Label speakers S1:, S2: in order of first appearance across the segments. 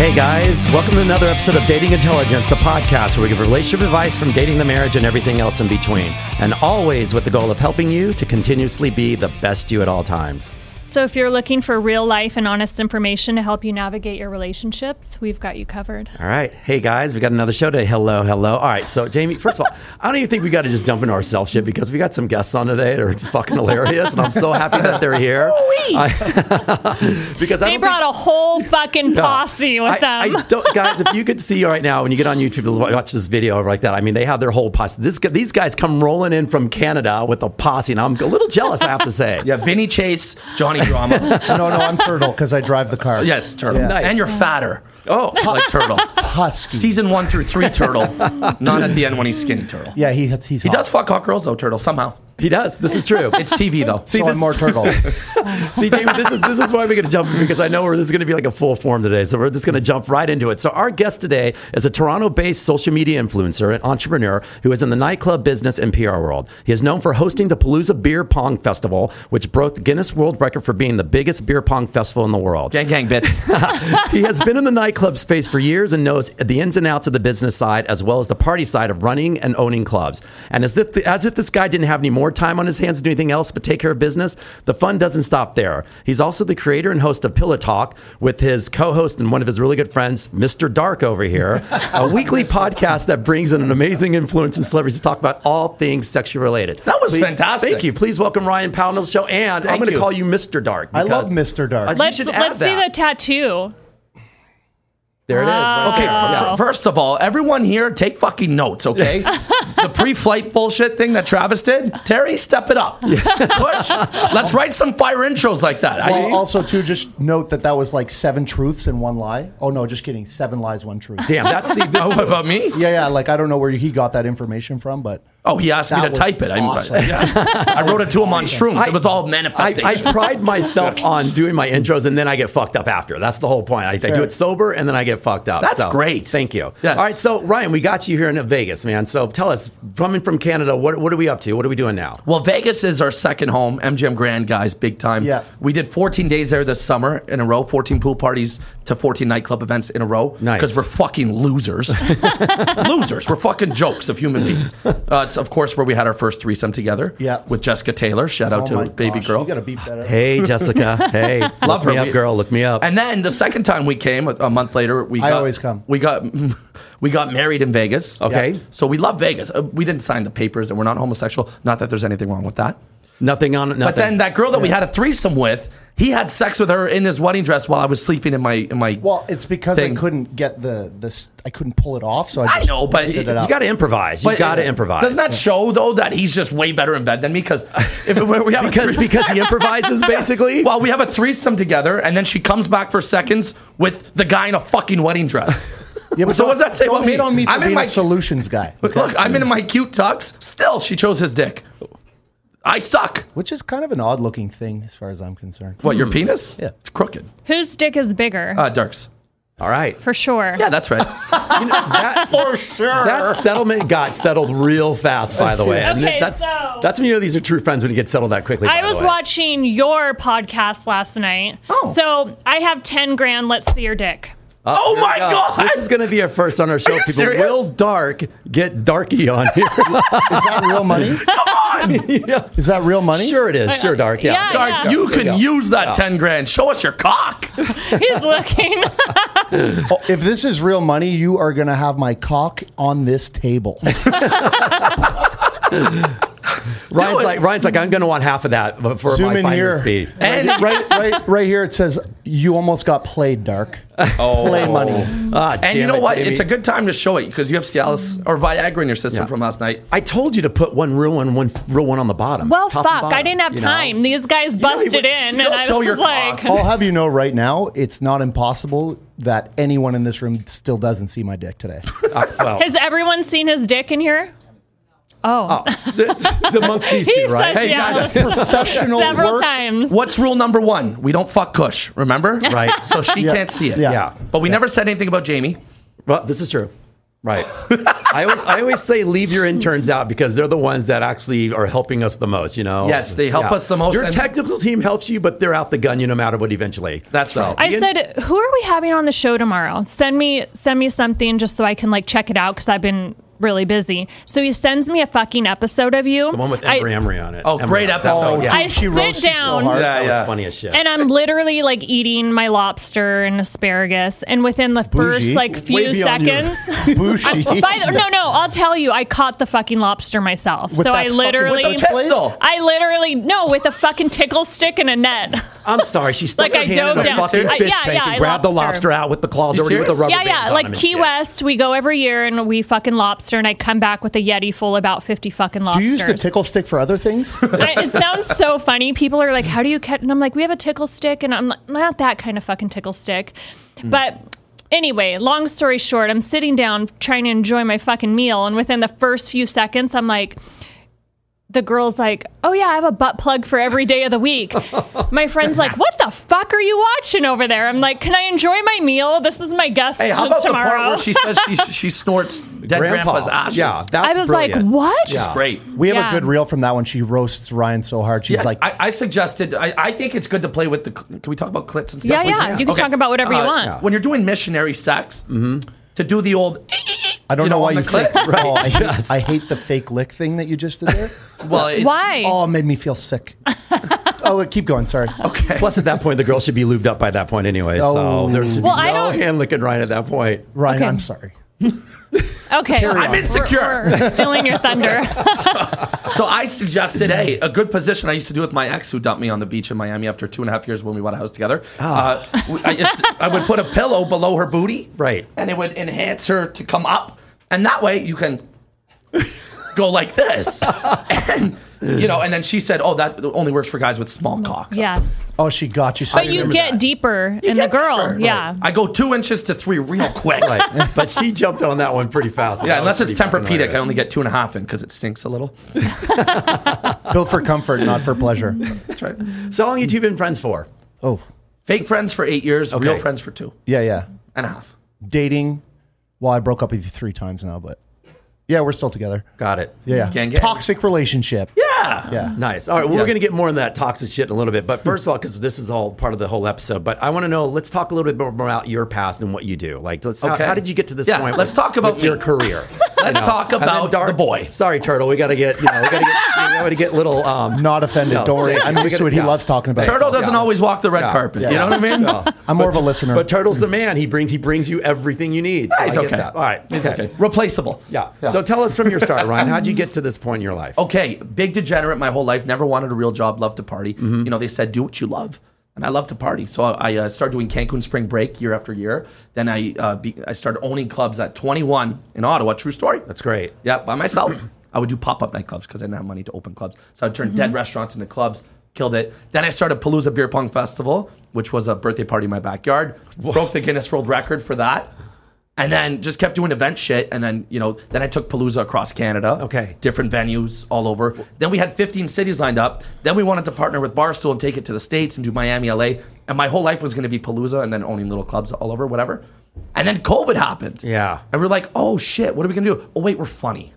S1: Hey guys, welcome to another episode of Dating Intelligence, the podcast where we give relationship advice from dating to marriage and everything else in between. And always with the goal of helping you to continuously be the best you at all times.
S2: So, if you're looking for real life and honest information to help you navigate your relationships, we've got you covered.
S1: All right. Hey guys, we got another show today. Hello, hello. All right. So, Jamie, first of all, I don't even think we got to just jump into our self shit because we got some guests on today that are just fucking hilarious. And I'm so happy that they're here. I- because I
S2: They
S1: don't
S2: brought a whole fucking
S1: No.
S2: posse with
S1: I,
S2: them.
S1: I don't, guys, if you could see right now when you get on YouTube to watch this video over like that, I mean, they have their whole posse. This, gu- these guys come rolling in from Canada with a posse, and I'm a little jealous, I have to say.
S3: Yeah, Vinny Chase, Johnny Drama.
S4: No, no, I'm turtle because I drive the car.
S3: yes, Turtle.
S4: Yeah.
S1: Nice.
S3: And you're fatter.
S1: Oh.
S3: like Turtle.
S4: Husky.
S3: Season one through three, Turtle. Not at the end when he's skinny, Turtle.
S4: yeah, he, he's
S3: He does fuck hot girls though, Turtle. Somehow
S1: He does. This is true.
S3: it's TV though.
S1: See,
S4: so
S1: this-
S4: I'm more turtle.
S1: See, David, this is this is why we're going to jump in because I know we're, this is going to be like a full form today. So we're just going to jump right into it. So our guest today is a Toronto-based social media influencer and entrepreneur who is in the nightclub business and PR world. He is known for hosting the Palooza Beer Pong Festival, which broke the Guinness World Record for being the biggest beer pong festival in the world.
S3: gang gang bitch.
S1: he has been in the nightclub space for years and knows the ins and outs of the business side as well as the party side of running and owning clubs. And as if, as if this guy didn't have any more time on his hands to do anything else but take care of business, the fun doesn't stop there. He's also the creator and host of Pillow Talk with his co host and one of his really good friends, Mr. Dark over here, a weekly podcast that brings in an amazing influence and celebrities to talk about all things sexually related.
S3: That was
S1: Please-
S3: fantastic.
S1: Thank you. Please welcome Ryan Powell to the show. And I'm
S3: Thank
S1: going to
S3: you.
S1: call you Mr. Dark.
S4: I love
S1: because-
S4: Mr. Dark.
S1: I-
S2: let's
S1: should add
S2: let's see
S1: that.
S2: the tattoo.
S1: There it is. right
S3: Okay,
S1: there. Yeah.
S3: first of all, everyone here take fucking notes, okay? the pre-flight bullshit thing that Travis did, Terry, step it up. Push. Let's write some fire intros like that. I-
S4: Well, also, too, just note that that was like seven truths and one lie. Oh, no, just kidding. Seven lies, one truth.
S1: Damn, that's the. This
S3: oh, what about me?
S4: Yeah, yeah. Like, I don't know where he got that information from, but
S3: Oh, he asked me
S4: That
S3: to
S4: was
S3: type it. I-
S4: awesome.
S3: yeah. I wrote it to him on shrooms.
S1: I-
S3: it was all
S1: I,
S3: manifestation.
S1: I pride myself on doing my intros and then I get fucked up after. That's the whole point. I, I do
S4: Sure.
S1: it sober and then I get fucked up.
S3: That's
S1: So,
S3: great.
S1: Thank you.
S3: Yes.
S1: All right, so Ryan, we got you here in Vegas, man. So tell us, coming from Canada, what, what are we up to? What are we doing now?
S3: Well, Vegas is our second home. MGM Grand guys, big time.
S4: Yeah.
S3: We did 14 days there this summer in a row, 14 pool parties to 14 nightclub events in a row.
S1: Nice.
S3: Because we're fucking losers. losers. We're fucking jokes of human beings. Uh, it's, of course, where we had our first threesome together.
S4: Yeah.
S3: With Jessica Taylor. Shout
S4: oh
S3: out
S4: my
S3: to baby
S4: gosh,
S3: girl.
S4: You got to beat that up.
S1: Hey, Jessica. Hey,
S3: Love
S1: look
S3: her,
S1: me up,
S3: we-
S1: girl. Look me up.
S3: And then the second time we came, a, a month later, we
S4: I
S3: got,
S4: always come.
S3: We got we got married in Vegas.
S1: Okay.
S3: So we love Vegas. Uh, we didn't sign the papers, and we're not homosexual. Not that there's anything wrong with that.
S1: nothing on. Nothing.
S3: But then that girl that we had a threesome with, he had sex with her in his wedding dress while I was sleeping in my in my.
S4: Well, it's because
S3: Thing.
S4: I couldn't get the this. I couldn't pull it off, so I,
S3: I
S4: just
S3: know, but
S4: lifted
S3: you
S4: it up.
S1: you got to improvise. You
S3: But
S1: got to
S3: it-
S1: improvise.
S3: Doesn't that show though that he's just way better in bed than me? Because if we we have a
S1: because
S3: three-
S1: because he improvises basically.
S3: well, we have a threesome together, and then she comes back for seconds with the guy in a fucking wedding dress.
S4: yeah,
S3: so what does
S4: don't-
S3: that say
S4: don't
S3: about me?
S4: hate on me for
S3: I'm in
S4: being
S3: my-
S4: a solutions guy,
S3: But Look, I'm in my cute tux. Still, she chose his dick. I suck.
S4: which is kind of an odd looking thing as far as I'm concerned.
S3: What,
S1: Hmm.
S3: your penis?
S4: Yeah.
S3: It's crooked.
S2: Whose dick is bigger?
S3: Uh, Darks.
S1: All right.
S2: for sure.
S3: Yeah, that's right.
S1: You know, that-
S4: For sure.
S1: That settlement got settled real fast, by the way. And
S2: Okay,
S1: that's,
S2: so-
S1: that's when you know these are true friends when you get settled that quickly. by
S2: I
S1: the
S2: was
S1: way.
S2: watching your podcast last night.
S3: Oh.
S2: So I have 10 grand. Let's see your dick.
S3: oh my
S1: Yeah,
S3: God.
S1: This is going to be a first on our show,
S3: Are you
S1: people.
S3: serious?
S1: Will Dark get Darky on here?
S4: Is that real money?
S3: Come on.
S4: Is that real money?
S1: sure it is. Sure, Dark. Yeah.
S2: Yeah.
S3: Dark, you
S1: There you
S3: can
S1: go.
S3: use that 10 grand. Show us your cock.
S2: He's looking.
S4: Oh, If this is real money, you are going to have my cock on this table.
S1: Ryan's
S3: it.
S1: like Ryan's like I'm going to want half of that for
S4: Zoom
S1: my
S4: in
S1: finder's
S4: here.
S1: fee.
S4: And right, right, right, right here it says you almost got played, Dark.
S3: Oh.
S4: Play money.
S1: Ah,
S3: And you
S1: damn
S3: know
S1: it,
S3: what?
S1: baby.
S3: It's a good time to show it because you have Cialis or Viagra in your system
S1: Yeah.
S3: from last night.
S1: I told you to put one real one, one real one on the bottom.
S2: Well,
S1: top
S2: fuck!
S1: and
S2: I
S1: bottom,
S2: didn't have
S1: you know?
S2: time. These guys busted
S3: would
S2: in,
S3: still
S2: and I
S3: show
S2: was
S3: your
S2: like,
S3: cock.
S4: I'll have you know right now, it's not impossible that anyone in this room still doesn't see my dick today.
S1: Ah, well,
S2: "Has everyone seen his dick in here?" Oh,
S1: it's it's amongst these
S2: he
S1: two,
S2: said
S1: right?
S3: Hey,
S2: yes
S3: guys.
S4: Professional
S2: several
S4: work.
S2: times.
S3: What's rule number one? We don't fuck Kush, remember?
S1: Right.
S3: So she
S4: Yeah.
S3: can't see it.
S4: Yeah.
S1: Yeah.
S3: But we never said anything about Jamie.
S1: Well, this is true. Right. I always I always say leave your interns out because they're the ones that actually are helping us the most, you know.
S3: Yes, they help us the most,
S1: Your
S3: and-
S1: technical team helps you, but they're out the gun you no matter what eventually.
S3: That's right.
S2: I said, "Who are we having on the show tomorrow? Send me send me something just so I can like check it out because I've been really busy." So he sends me a fucking episode of you.
S1: the one with
S2: I-
S1: Emery Emery on it.
S3: Oh, great
S1: Emery, that's-
S3: episode.
S1: oh, yeah.
S2: I
S4: She
S2: sit
S4: roasts you so
S2: down.
S4: hard.
S1: that
S3: Yeah, yeah.
S1: was funny as shit.
S2: And I'm literally like eating my lobster and asparagus, and within the first
S4: Bougie.
S2: like few
S4: Way beyond your-
S2: seconds,
S4: Bushy.
S2: By the, no, no, I'll tell you. I caught the fucking lobster myself.
S4: With
S2: so
S4: that
S2: I
S4: fucking-
S2: literally,
S4: With
S3: the pistol.
S2: I literally no, with a fucking tickle stick and a net.
S1: I'm sorry, she stuck
S2: Like,
S1: her
S2: I
S1: hand
S2: dove
S1: in a
S2: down.
S1: fucking
S2: I-
S1: fish
S2: yeah,
S1: tank
S2: yeah,
S1: and
S2: I
S1: grabbed the
S2: lobster.
S1: lobster out with the claws
S3: You
S1: already with the
S3: serious?
S1: rubber
S2: yeah,
S1: bands
S2: yeah,
S1: on
S2: like
S1: them and
S2: Key
S1: shit.
S2: West, we go every year and we fucking lobster, and I come back with a yeti full about fifty fucking
S4: Do
S2: lobsters.
S4: you use the tickle stick for other things?
S2: I, it sounds so funny. People are like, "How do you catch?" And I'm like, "We have a tickle stick," and I'm like, "Not that kind of fucking tickle stick." But anyway, long story short, I'm sitting down trying to enjoy my fucking meal, and within the first few seconds, I'm like. The girl's like, "Oh yeah, I have a butt plug for every day of the week." My friend's like, "What the fuck are you watching over there?" I'm like, "Can I enjoy my meal? This is my guest
S3: Hey, how about
S2: tomorrow."
S3: the part where she says she, she snorts dead
S1: Grandpa.
S3: grandpa's ashes?
S1: Yeah, that's
S2: I was like,
S1: brilliant.
S2: "What?"
S1: Yeah.
S3: great.
S4: We have
S2: Yeah.
S4: a good reel from that one. She roasts Ryan so hard. She's
S3: Yeah,
S4: like,
S3: I, I suggested. I, I think it's good to play with the. cl- Can we talk about clits and stuff?
S2: Yeah,
S3: We
S2: yeah, you can talk about whatever you want. Yeah.
S3: Uh, When you're doing missionary sex, to do the old.
S4: I don't
S3: you
S4: know,
S3: know,
S4: why
S3: on
S4: you
S3: the clip,
S4: clicked. Oh, I, hate, I hate the fake lick thing that you just did there.
S3: Well, it's-
S2: Why?
S4: oh, it made me feel sick. oh, keep going. Sorry.
S3: Okay.
S1: Plus, at that point, the girl should be lubed up by that point anyway.
S4: Oh.
S1: So there should
S2: Well,
S1: be
S2: I
S1: no
S2: don't-
S1: hand licking right at that point.
S4: Ryan,
S2: Okay.
S4: I'm sorry.
S2: okay,
S3: I'm insecure.
S2: We're, we're stealing your thunder.
S3: So I suggested, hey, a good position I used to do with my ex who dumped me on the beach in Miami after two and a half years when we bought a house together.
S1: Ah.
S3: Uh, w- I, just, I would put a pillow below her booty.
S1: Right.
S3: And it would enhance her to come up. And that way you can go like this. and, you know, and then she said, oh, that only works for guys with small cocks.
S2: yes.
S4: Oh, she got you.
S2: But you get deeper in the
S3: Get
S2: girl.
S3: deeper.
S2: Yeah.
S3: I go two inches to three real quick.
S1: Right. but she jumped on that one pretty fast.
S3: Yeah, unless it's Tempur-Pedic,
S1: temperpedic.
S3: I only get two and a half in because it stinks a little.
S4: built for comfort, not for pleasure.
S3: That's right.
S1: So how long you two been friends for?
S4: Oh,
S3: Fake friends for eight years, real
S1: Okay.
S3: friends for two
S4: yeah, yeah.
S3: and a half.
S4: Dating. Well, I broke up with you three times now, but yeah, we're still together.
S1: Got it.
S4: Yeah, yeah.
S3: Gang, gang.
S4: Toxic relationship. Yeah.
S3: Yeah.
S4: Yeah.
S1: Nice. All right. Well,
S3: Yeah.
S1: we're going to get more into that toxic shit in a little bit. But first of all, because this is all part of the whole episode, but I want to know, let's talk a little bit more about your past and what you do. Like, let's, how,
S3: Okay.
S1: how did you get to this
S3: Yeah,
S1: point?
S3: let's
S1: with-
S3: talk about
S1: with your
S3: me.
S1: career.
S3: Let's talk
S1: And then
S3: about
S1: Dark-
S3: the boy.
S1: Sorry, Turtle. We got to get, you know, we got to get, we got to get little, um,
S4: Not offended.
S1: No,
S4: Don't worry.
S1: thank you.
S4: I'm used to it. He
S1: Yeah.
S4: loves talking about
S3: Turtle
S4: himself.
S3: doesn't always walk the red carpet.
S4: Yeah.
S3: You know what I mean?
S4: I'm more of a listener.
S1: But Turtle's the man. He brings he brings you everything you need. So
S3: He's
S1: I get
S3: okay.
S1: that. All right.
S3: He's okay. Replaceable.
S1: Yeah. So tell us from your start, Ryan. How'd you get to this point in your life?
S3: okay, big degenerate my whole life. Never wanted a real job. Loved to party.
S1: Mm-hmm.
S3: You know, they said do what you love, and I love to party. So I, I uh, started doing Cancun Spring Break year after year. Then I uh, be, I started owning clubs at 21 in Ottawa. True story.
S1: That's great.
S3: Yeah, by myself. I would do pop up nightclubs because I didn't have money to open clubs. So I would turn
S1: Mm-hmm.
S3: dead restaurants into clubs. Killed it. Then I started Palooza Beer Pong Festival, which was a birthday party in my backyard. Broke the Guinness World Record for that. And then just kept doing event shit. And then, you know, then I took Palooza across Canada.
S1: Okay.
S3: Different venues all over. Then we had 15 cities lined up. Then we wanted to partner with Barstool and take it to the States and do Miami, LA. And my whole life was going to be Palooza and then owning little clubs all over, whatever. And then COVID happened.
S1: Yeah.
S3: And we're like, oh shit, what are we gonna do? Oh wait, we're funny.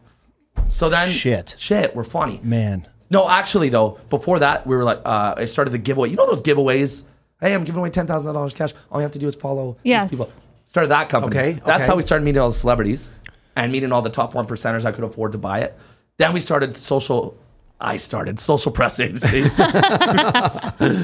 S3: So then
S4: Shit.
S3: shit, we're funny.
S4: man.
S3: No, actually though, before that we were like, uh, I started the giveaway. You know those giveaways? Hey, I'm giving away ten thousand dollars cash. All you have to do is follow
S2: Yes.
S3: these people. Started that company.
S1: Okay,
S3: That's
S1: okay.
S3: how we started meeting all the celebrities and meeting all the top one percenters I could afford to buy it. Then we started social. I started social press agency. and,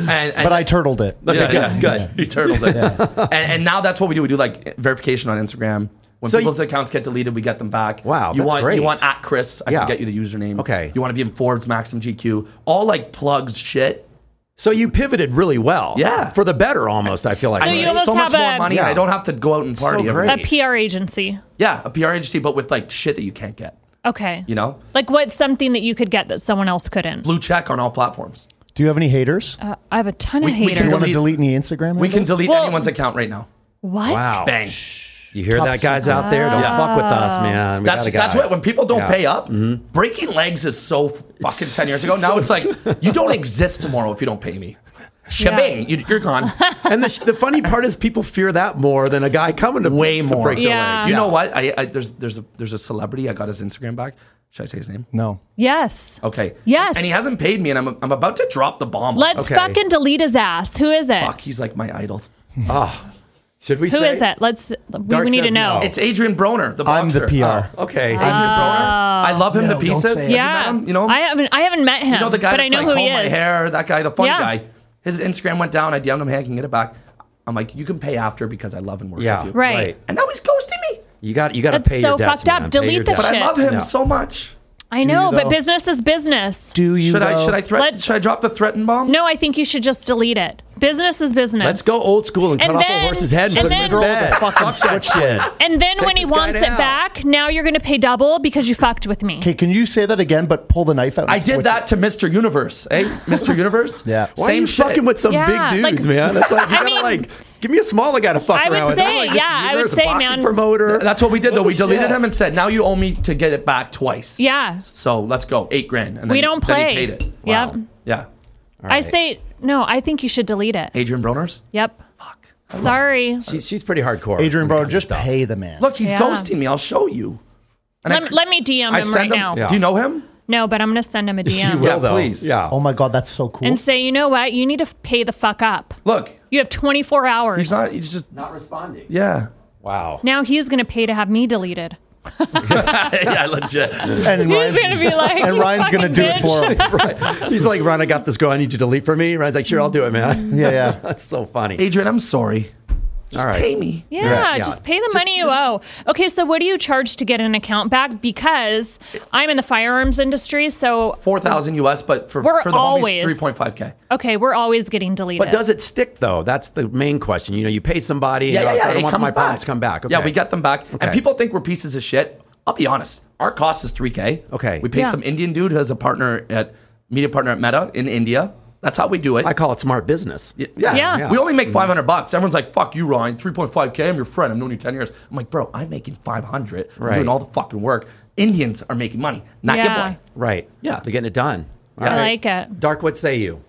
S3: and-
S4: But I turtled it.
S3: yeah, yeah,
S1: good,
S3: He turtled it. And, and now that's what we do. We do like verification on Instagram, When
S1: So
S3: people's
S1: you-
S3: accounts get deleted, we get them back.
S1: Wow,
S3: you
S1: that's
S3: want
S1: great.
S3: you want at Chris? I
S1: Yeah.
S3: can get you the username.
S1: Okay.
S3: You want to be in Forbes, Maxim, GQ, all like plugs, shit.
S1: So you pivoted really well.
S3: Yeah.
S1: For the better almost, I feel like.
S2: So you
S3: It's
S2: almost
S3: so much
S2: have
S3: more
S2: a-
S3: money, and
S1: Yeah.
S3: I don't have to go out and party. every
S1: great.
S3: night.
S2: A PR agency.
S3: Yeah, a PR agency, but with like shit that you can't get.
S2: Okay.
S3: You know,
S2: Like what's something that you could get that someone else couldn't?
S3: blue check on all platforms.
S4: Do you have any haters?
S2: Uh, I have a ton of
S3: We- we can
S4: Do you
S2: haters.
S4: want to
S3: delete-
S4: delete any Instagram?
S3: We can
S4: handles?
S3: delete
S2: Well-
S3: anyone's account right now.
S2: What?
S1: Wow.
S3: Bang.
S1: You hear
S4: Top
S1: that, guys out there? Don't
S3: Yeah.
S1: fuck with us, man. We
S3: That's
S1: got a
S3: that's
S1: guy.
S3: what when people don't
S1: Yeah.
S3: pay up,
S2: Mm-hmm.
S3: breaking legs is so f- fucking ten years ago. Now it's like you don't exist tomorrow if you don't pay me. Shabang, you, you're gone.
S1: and the, sh- the funny part is, people fear that more than a guy coming to
S3: Way
S1: to
S3: more.
S1: break their
S2: Yeah.
S1: leg.
S3: You know what? I, I there's there's a there's a celebrity. I got his Instagram back. Should I say his name?
S4: No.
S2: Yes.
S3: Okay.
S2: Yes.
S3: And he hasn't paid me, and I'm I'm about to drop the bomb.
S2: Let's
S1: Okay.
S2: fucking delete his ass. Who is it?
S3: fuck. He's like my idol.
S1: Ah. Should we?
S2: Who
S1: say?
S2: is it? Let's. We,
S1: Dark
S2: we need to
S1: says
S2: know.
S1: no.
S3: It's Adrian Broner, the
S4: Oh. I'm
S3: boxer. Oh.
S4: the PR.
S1: Okay.
S2: Uh,
S3: Adrian Broner. I love him
S4: No,
S3: to
S4: don't say
S3: pieces.
S4: it.
S3: Have
S2: yeah.
S3: You, met him? you know,
S2: I haven't. I haven't met him.
S3: you know the guy
S2: but
S3: that's
S2: I know
S3: like,
S2: who he
S3: comb my
S2: is.
S3: hair, that guy, the funny
S2: Yeah.
S3: guy. His Instagram went down. I DM'd him, hey, I can get it back. I'm like, you can pay after because I love and worship
S1: yeah.
S3: you.
S2: Right.
S3: And now he's ghosting me.
S1: You got. You got to
S2: That's
S1: pay
S2: so
S1: your debts.
S2: fucked up.
S1: man. Pay
S2: Delete
S1: your
S2: the
S1: debts.
S3: But
S2: shit.
S3: I love him
S1: No.
S3: so much.
S2: I know, but
S4: though?
S2: business is business.
S4: Do you?
S3: Should I
S4: though?
S3: should I threaten
S2: Let's-
S3: should I drop the threaten bomb?
S2: No, I think you should just delete it. Business is business.
S1: Let's go old school and,
S2: And
S1: cut off a
S2: then-
S1: horse's head and,
S2: and
S1: put it in his
S2: then-
S1: bed. Fuck that shit.
S2: And then when he
S1: this guy
S2: wants it
S1: down.
S2: back, now you're going to pay double because you fucked with me.
S4: Okay, can you say that again? But pull the knife out. and
S3: I did
S4: switch
S3: that to Mr. Universe. Hey, Mr. Universe?
S4: Yeah.
S1: Why are
S3: Same
S1: you
S3: shit.
S1: fucking with some
S2: Yeah,
S1: big
S2: like-
S1: dudes, man? That's like you
S2: I
S1: gotta
S2: mean-
S1: like give me a smaller guy to fuck
S2: I would
S1: around with.
S2: say,
S1: like, this
S2: yeah, I would
S1: universe, a
S2: say,
S1: boxing
S2: man.
S1: Promoter.
S3: That's what we did though.
S1: What
S3: We
S1: the
S3: deleted
S1: shit?
S3: him and said, now you owe me to get it back twice.
S2: Yeah.
S3: So let's go. Eight grand. And then,
S2: We don't
S3: then he
S2: play.
S3: paid it.
S2: Yep.
S1: Wow.
S3: Yeah.
S2: I say, no, I think you should delete it.
S3: Adrian Broner's?
S2: Yep. Sorry.
S1: she's she's pretty hardcore.
S4: Adrian Bro, just pay the man.
S3: Look, he's
S2: Yeah.
S3: ghosting me. I'll show you. And
S2: Let, let me DM him right now.
S1: Yeah.
S3: Do you know him?
S2: No, but I'm going to send him a
S1: She will
S2: DM
S3: Yeah,
S1: though.
S3: please.
S1: Yeah.
S4: oh my god, that's so cool.
S2: and say, you know what? You need to f- pay the fuck up.
S3: Look,
S2: You have 24 hours.
S3: he's not. He's just
S1: Not responding.
S3: yeah.
S1: Wow.
S2: now he's going to pay to have me deleted.
S3: yeah, legit.
S4: and
S2: He's
S4: Ryan's,
S2: going to be like,
S4: and
S2: "You
S4: Ryan's gonna
S2: fucking
S4: do
S2: bitch."
S4: it for him.
S1: right. He's like, Ron, I got this girl. I need you to delete for me. Ryan's like, sure, I'll do it, man.
S4: Yeah, yeah.
S1: That's so funny.
S3: Adrian, I'm sorry. Just
S1: All right.
S3: pay me.
S2: Yeah,
S1: Yeah.
S2: just pay the
S3: Just-
S2: money you
S3: just-
S2: owe. Okay, so what do you charge to get an account back? Because I'm in the firearms industry, so
S3: Four thousand US, but for
S2: We're
S3: for the
S2: always-
S3: homies, three point five k.
S2: okay, we're always getting deleted.
S1: But does it stick though? That's the main question. You know, you pay somebody. and you're like, I don't
S3: it
S1: want
S3: comes
S1: my problems to come back.
S3: Yeah,
S1: Okay.
S3: we get them back,
S1: Okay.
S3: and people think we're pieces of shit. I'll be honest. Our cost is three k.
S1: Okay.
S3: We pay
S2: Yeah.
S3: some Indian dude who has a partner at media partner at Meta in India. That's how we do it.
S1: I call it smart business.
S3: Y- Yeah.
S2: Yeah.
S3: We only make 500 bucks. Everyone's like, fuck you, Ryan. 3.5K. I'm your friend. I've known you 10 years. I'm like, bro, I'm making 500. I'm
S1: Right.
S3: doing all the fucking work. Indians are making money, not your
S2: Yeah.
S3: money.
S1: Right.
S3: Yeah.
S1: They're getting it done. All
S2: I
S1: right.
S2: like it.
S1: Dark, what say you?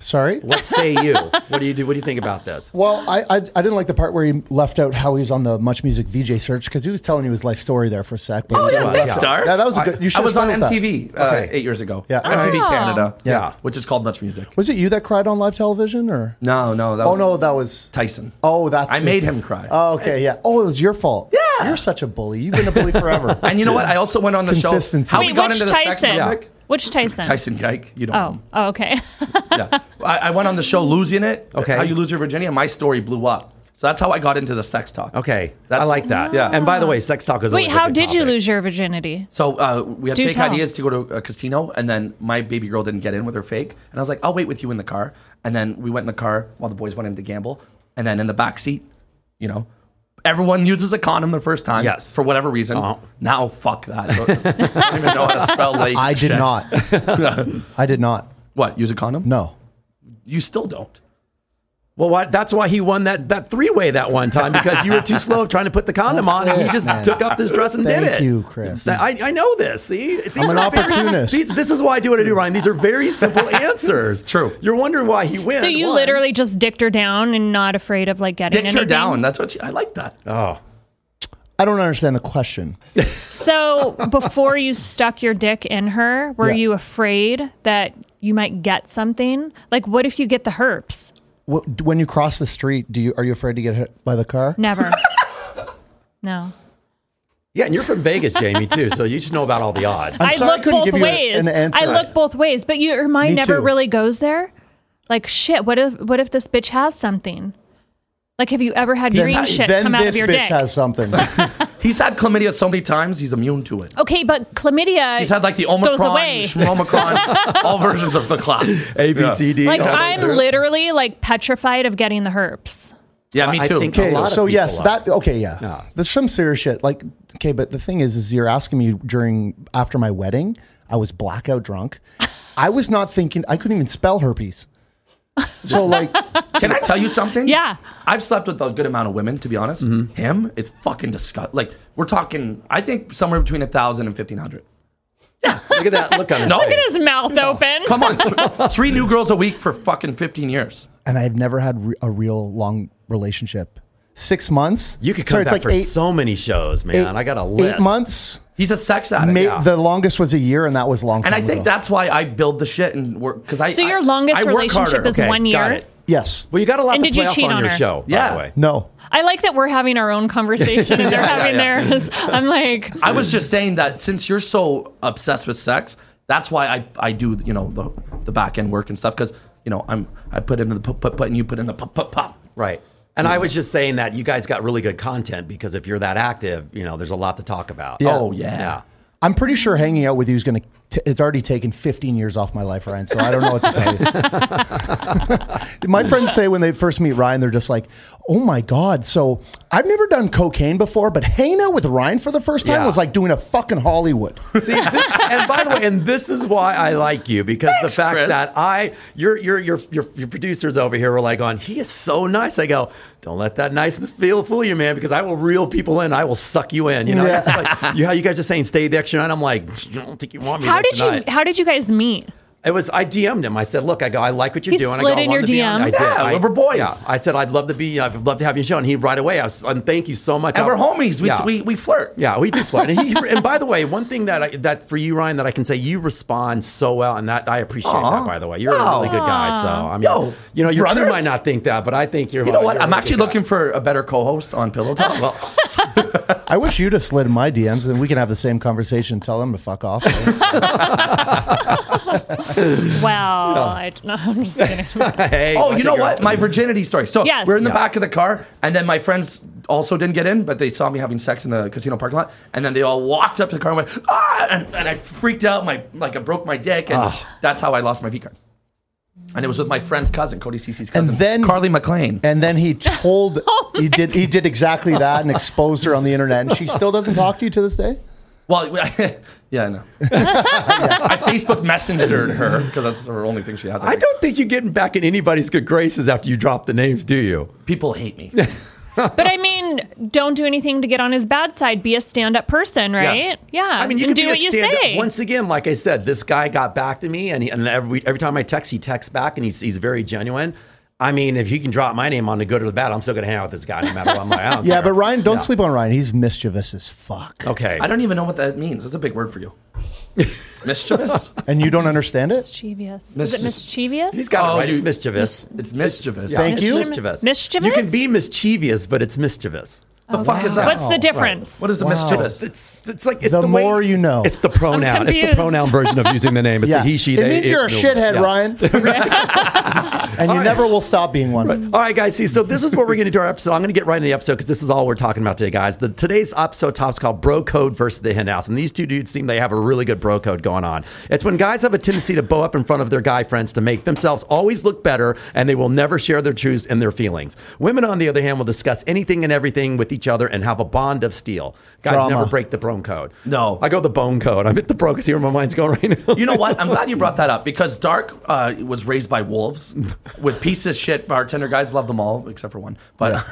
S4: Sorry.
S1: What say you? what do you do? What do you think about this?
S4: Well, I, I I didn't like the part where he left out how he was on the Much Music VJ search because he was telling you his life story there for a sec. but-
S3: Oh, yeah, thanks,
S1: Yeah.
S3: Star.
S4: Yeah, that was a good- you
S3: I
S4: should've
S3: was on
S4: started with
S3: MTV
S4: that.
S3: uh,
S1: Okay.
S3: eight years ago.
S4: Yeah.
S3: MTV
S2: Oh.
S3: Canada.
S4: Yeah.
S3: Which is called Much Music.
S4: Was it you that cried on live television or?
S3: No, no. That
S4: Oh
S3: was
S4: no, that was
S3: Tyson.
S4: Oh, that's
S3: I
S4: the-
S3: made him cry.
S4: Oh, okay, yeah. Oh, it was your fault.
S3: Yeah.
S4: you're such a bully. You've been a bully forever.
S3: And you know what? I also went on the show.
S4: Consistency.
S3: How we
S2: Wait,
S3: got
S2: which
S3: into the sex
S2: Tyson?
S3: topic?
S2: Which Tyson?
S3: Tyson Geik. You don't know
S2: Oh,
S3: him.
S2: oh okay.
S3: yeah. I, I went on the show losing it.
S1: Okay.
S3: How you lose your Virginia? My story blew up. So that's how I got into the sex talk.
S1: Okay, I
S3: That's-
S1: like that.
S3: Yeah.
S1: And by the way, sex talk is
S2: Wait,
S1: always a
S2: how
S1: good
S2: did you
S1: topic.
S2: lose your virginity?
S3: So uh, we had
S2: Do
S3: fake
S2: tell.
S3: ideas to go to a casino, and then my baby girl didn't get in with her fake, and I was like, "I'll wait with you in the car." And then we went in the car while the boys went in to gamble, and then in the back seat, you know, everyone uses a condom the first time,
S1: Yes.
S3: for whatever reason.
S1: Uh-huh.
S3: Now, fuck that. I don't even know how to spell. Like,
S4: I did
S3: shit.
S4: not. I did not.
S3: What? Use a condom?
S4: No.
S3: You still don't.
S1: Well, why, that's why he won that, that three way that one time because you were too slow trying to put the condom
S4: That's
S1: on, and he
S4: it,
S1: just
S4: man.
S1: took up this dress and did it.
S4: Thank you, Chris.
S1: That- I, I know this. See, These
S4: an
S1: are very-
S4: opportunist.
S1: these- this is why I do what I do, Ryan. These are very simple answers.
S3: True.
S1: You're wondering why he wins.
S2: So you literally just dicked her down and not afraid of like getting
S3: Dicked her
S2: anything?
S3: down. That's what she, I like. That
S1: Oh,
S4: I don't understand the question.
S2: So before you stuck your dick in her, were
S4: Yeah.
S2: you afraid that you might get something? Like, what if you get the herpes?
S4: What, when you cross the street, do you are you afraid to get hit by the car?
S2: Never. no.
S1: yeah, and you're from Vegas, Jamie, too, so you should know about all the odds.
S4: I'm
S2: I
S4: sorry I
S2: look
S4: couldn't
S2: both
S4: give you a-
S2: ways.
S4: an answer.
S2: I look both ways, but your mind
S4: Me
S2: never
S4: too.
S2: really goes there. Like shit, what if what if this bitch has something? Like, have you ever had
S4: Then-
S2: green shit
S4: then
S2: come out
S4: this
S2: of your
S4: bitch
S2: dick?
S4: has something.
S3: He's had chlamydia so many times, he's immune to it.
S2: okay, but chlamydia.
S3: He's had like the
S2: goes
S3: Omicron,
S2: away.
S3: Shmomicron, all versions of the clock.
S1: A, B, C, D.
S2: Like
S1: all the
S2: I'm
S1: way through.
S2: literally like petrified of getting the herpes.
S3: Yeah, me
S1: I
S3: too.
S1: think-
S4: Okay,
S1: A lot of
S4: so
S1: people
S4: yes,
S1: are.
S4: that okay, yeah.
S1: Yeah.
S4: There's some serious shit. Like, okay, but the thing is, is you're asking me during after my wedding, I was blackout drunk. I was not thinking. I couldn't even spell herpes. So like,
S3: Can I tell you something?
S2: Yeah.
S3: I've slept with a good amount of women, to be honest.
S1: Mm-hmm.
S3: Him, it's fucking disgusting. Like, we're talking, I think somewhere between 1,000 and 1,500.
S1: Look at that. Look on his
S3: No.
S1: face.
S3: Look at
S2: His mouth open.
S3: Come on. th- three new girls a week for fucking 15 years.
S4: and I've never had re- a real long relationship. Six months.
S1: You could come
S4: Sorry,
S1: back for
S4: eight,
S1: so many shows, man.
S4: eight-
S1: I got a list.
S4: Eight months.
S3: He's a sex addict.
S4: Ma-
S3: Yeah.
S4: The longest was a year, and that was a long.
S3: And I
S4: time
S3: think
S4: ago.
S3: that's why I build the shit and work. Because I.
S2: So your
S3: I-
S2: longest
S3: I work
S2: relationship
S3: harder.
S2: is one year?
S1: Got it.
S4: yes.
S1: Well, you got a lot
S2: And
S1: to
S2: did you
S1: play off
S2: cheat
S1: on,
S2: on
S1: your
S2: her?
S1: show, by
S3: Yeah.
S1: the way.
S4: No.
S2: I like that we're having our own conversation and they're
S3: Yeah, yeah,
S2: having
S3: yeah.
S2: theirs. I'm like,
S3: I was just saying that since you're so obsessed with sex, that's why I, I do you know the the back end work and stuff because you know I'm I put in the put put put and you put in the put put pop.
S1: Right. And I was just saying that you guys got really good content because if you're that active, you know, there's a lot to talk about.
S4: Yeah.
S3: Oh yeah.
S4: I'm pretty sure hanging out with you is going to. It's already taken 15 years off my life, Ryan. So I don't know what to tell you. my friends say when they first meet Ryan, they're just like, "Oh my god!" So I've never done cocaine before, but hanging out with Ryan for the first time
S1: Yeah.
S4: was like doing a fucking Hollywood.
S1: See, this- and by the way, and this is why I like you because the fact
S3: Chris.
S1: that I, your, your, your, your, your producers over here were like, "On, he is so nice." I go, "Don't let that niceness feel fool you, man," because I will reel people in. I will suck you in. You know,
S4: Yeah.
S1: It's like, you how you guys are saying stay the extra night. I'm like, I don't think you want me.
S2: how
S1: the extra night."
S2: did you how did you guys meet?
S1: It was I DM'd him. I said, "Look, I go. I like what you're
S2: He
S1: doing." I
S2: slid
S1: go, I
S2: in
S1: wanted
S2: your
S1: to be on-
S2: DM.
S1: I did.
S3: Yeah,
S1: I,
S3: we're boys.
S1: Yeah, I said, "I'd love to be. I'd love to have you on the show." And he right away. I was, and thank you so much.
S3: And
S1: I-
S3: we're homies. We
S1: yeah.
S3: we, we flirt.
S1: Yeah, we do flirt. And, he, and by the way, one thing that I, that for you, Ryan, that I can say, you respond so well, and that I appreciate that.
S3: Aw.
S1: By the way, you're a
S3: Yo.
S1: really good guy. So I mean,
S3: Yo,
S1: you know, your brother
S3: brothers?
S1: might not think that, but I think you're.
S3: You know what? I'm actually looking for a better co-host on Pillow Talk. well,
S4: I wish you'd have slid in my DMs, and we can have the same conversation. Tell them to fuck off.
S2: Well, I, no, I'm just kidding.
S1: hey,
S3: oh,
S1: watch
S3: you
S1: it,
S3: know
S1: girl.
S3: what? My virginity story. So
S2: Yes.
S3: we're in the
S2: Yeah.
S3: back of the car, and then my friends also didn't get in, but they saw me having sex in the casino parking lot, and then they all walked up to the car and went ah, and, and I freaked out. My like I broke my dick, and that's how I lost my V card. And it was with my friend's cousin, Cody CC's cousin,
S4: then-
S3: Carly McLean.
S4: And then he told
S1: Oh
S4: he did he did exactly that and exposed her on the internet, and she still doesn't talk to you to this day.
S3: Well, yeah, I know. I Facebook messengered her because that's her only thing she has.
S1: I don't think you're getting back in anybody's good graces after you drop the names, do you?
S3: People hate me.
S2: but I mean, don't do anything to get on his bad side. Be a stand up person, right? Yeah.
S1: I mean, you
S2: and
S1: can
S2: do
S1: be
S2: what
S1: a
S2: you
S1: stand-up.
S2: say.
S1: Once again, like I said, this guy got back to me, and, he, and every every time I text, he texts back, and he's he's very genuine. I mean, if he can drop my name on the good or the bad, I'm still going to hang out with this guy no matter what. I'm like, I don't
S4: Yeah,
S1: care.
S4: but Ryan, don't
S1: Yeah.
S4: sleep on Ryan. He's mischievous as fuck,
S1: Okay,
S3: I don't even know what that means. That's a big word for you. Mischievous.
S4: and you don't understand it.
S2: mischievous.
S3: Mis-
S2: Is it mischievous?
S1: He's got
S3: Oh,
S1: it right. it's
S3: you-
S1: mischievous.
S3: It's mischievous.
S4: Thank
S1: It's
S4: you.
S1: Mischievous.
S2: Mischievous?
S1: You can be mischievous, but it's mischievous.
S3: The fuck is that?
S1: Oh,
S2: What's the difference?
S3: What is the
S4: Wow.
S3: mischievous?
S1: It's, it's, it's like it's
S4: Oh. The
S1: the, way-
S4: more you know.
S1: It's the pronoun. It's the
S2: confused.
S1: pronoun version of using the name. It's the he, she, they.
S4: it means
S1: it,
S4: you're a
S1: no.
S4: shithead,
S1: Yeah.
S4: Ryan, and you never will stop being one.
S1: All right, guys. See, so this is what we're going to do our episode. I'm going to get right into the episode because this is all we're talking about today, guys. The today's episode top's called Bro Code versus the Hen House, and these two dudes seem they have a really good bro code going on. It's when guys have a tendency to bow up in front of their guy friends to make themselves always look better, and they will never share their truths and their feelings. Women, on the other hand, will discuss anything and everything with each other and have a bond of steel. Guys
S4: Drama.
S1: never break the bone code.
S3: No.
S1: I go the bone code. I'm at the bro because here my mind's going right now.
S3: You know what? I'm glad you brought that up because Dark uh, was raised by wolves with piece of shit bartender guys. Love them all except for one. But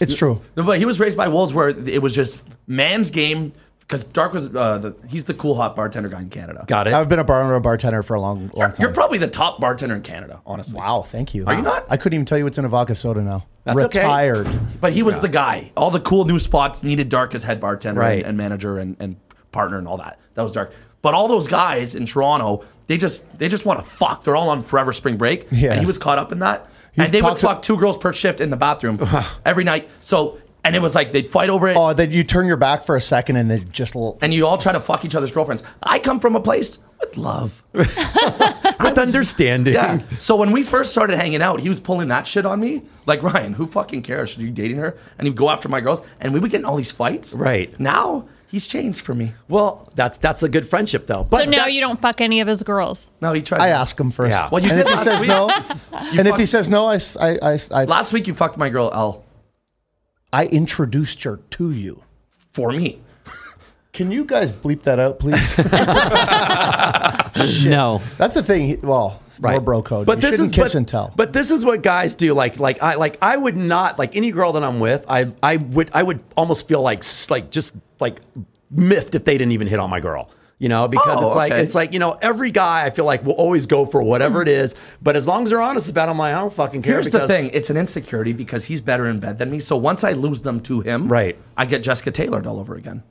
S4: It's true.
S3: No, but he was raised by wolves, where it was just man's game. Because Dark was uh, the, he's the cool hot bartender guy in Canada.
S1: Got it.
S4: I've been a bar a bartender for a long, long time.
S3: You're probably the top bartender in Canada, honestly.
S4: wow, thank you.
S3: Are you not?
S4: I couldn't even tell you what's in a vodka soda now.
S1: That's okay.
S4: Retired.
S3: But he was the guy. All the cool new spots needed Dark as head bartender
S1: Right.
S3: and, and manager and, and partner and all that. That was Dark. But all those guys in Toronto, they just they just want to fuck. They're all on forever spring break.
S4: Yeah.
S3: And he was caught up in that.
S4: He
S3: and they would
S4: talked to-
S3: fuck two girls per shift in the bathroom every night. So and it was like they'd fight over it.
S4: Oh, that you turn your back for a second and they just l-
S3: and you all try to fuck each other's girlfriends. I come from a place with love.
S1: with understanding.
S3: Yeah. So when we first started hanging out, he was pulling that shit on me. Like Ryan, who fucking cares? Should you dating her? And he'd go after my girls, and we would get in all these fights.
S1: Right.
S3: Now he's changed for me.
S1: Well, that's that's a good friendship though. But
S2: So now
S3: that's-
S2: you don't fuck any of his girls.
S3: No, he tried.
S4: I ask him first.
S1: Yeah.
S3: Well, you
S4: and
S3: did
S4: if he
S3: last
S4: says
S3: week.
S4: no, and if
S3: fucked-
S4: he says no, I, s- I- I s- I-
S3: Last week you fucked my girl L
S4: I introduced her to you.
S3: for me.
S4: Can you guys bleep that out, please?
S5: No.
S4: That's the thing. he- Well, it's more
S1: Right.
S4: bro code.
S1: But
S4: you
S1: this
S4: shouldn't
S1: is
S4: kiss
S1: but,
S4: and tell.
S1: But this is what guys do. Like like I like I would not like any girl that I'm with. I I would I would almost feel like s- like just like miffed if they didn't even hit on my girl. You know, because
S3: Oh,
S1: it's like
S3: okay.
S1: it's like you know every guy I feel like will always go for
S4: Hmm.
S1: whatever it is. But as long as they're honest about, it, I'm like I don't fucking care.
S3: Here's the
S1: because-
S3: thing: it's an insecurity because he's better in bed than me. So once I lose them to him,
S1: Right.
S3: I get Jessica Taylored all over again.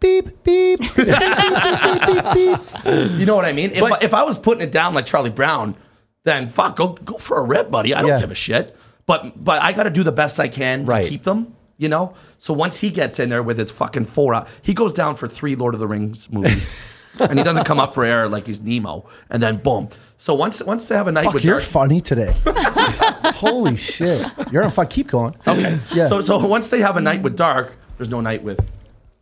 S4: beep beep. beep, beep, beep, beep, beep.
S3: You know what I mean? If,
S1: But-
S3: if I was putting it down like Charlie Brown, then fuck, go go for a rip, buddy. I don't
S4: Yeah.
S3: give a shit. But but I got to do the best I can
S1: Right.
S3: to keep them. You know. So once he gets in there with his fucking four out, he goes down for three Lord of the Rings movies, and he doesn't come up for air like he's Nemo. And then boom. So once once they have a night
S4: Fuck,
S3: with
S4: you're
S3: Darth-
S4: funny today. Holy shit, you're on fun. Keep going.
S3: Okay.
S4: Yeah.
S3: So so once they have a night with Dark, there's no night with.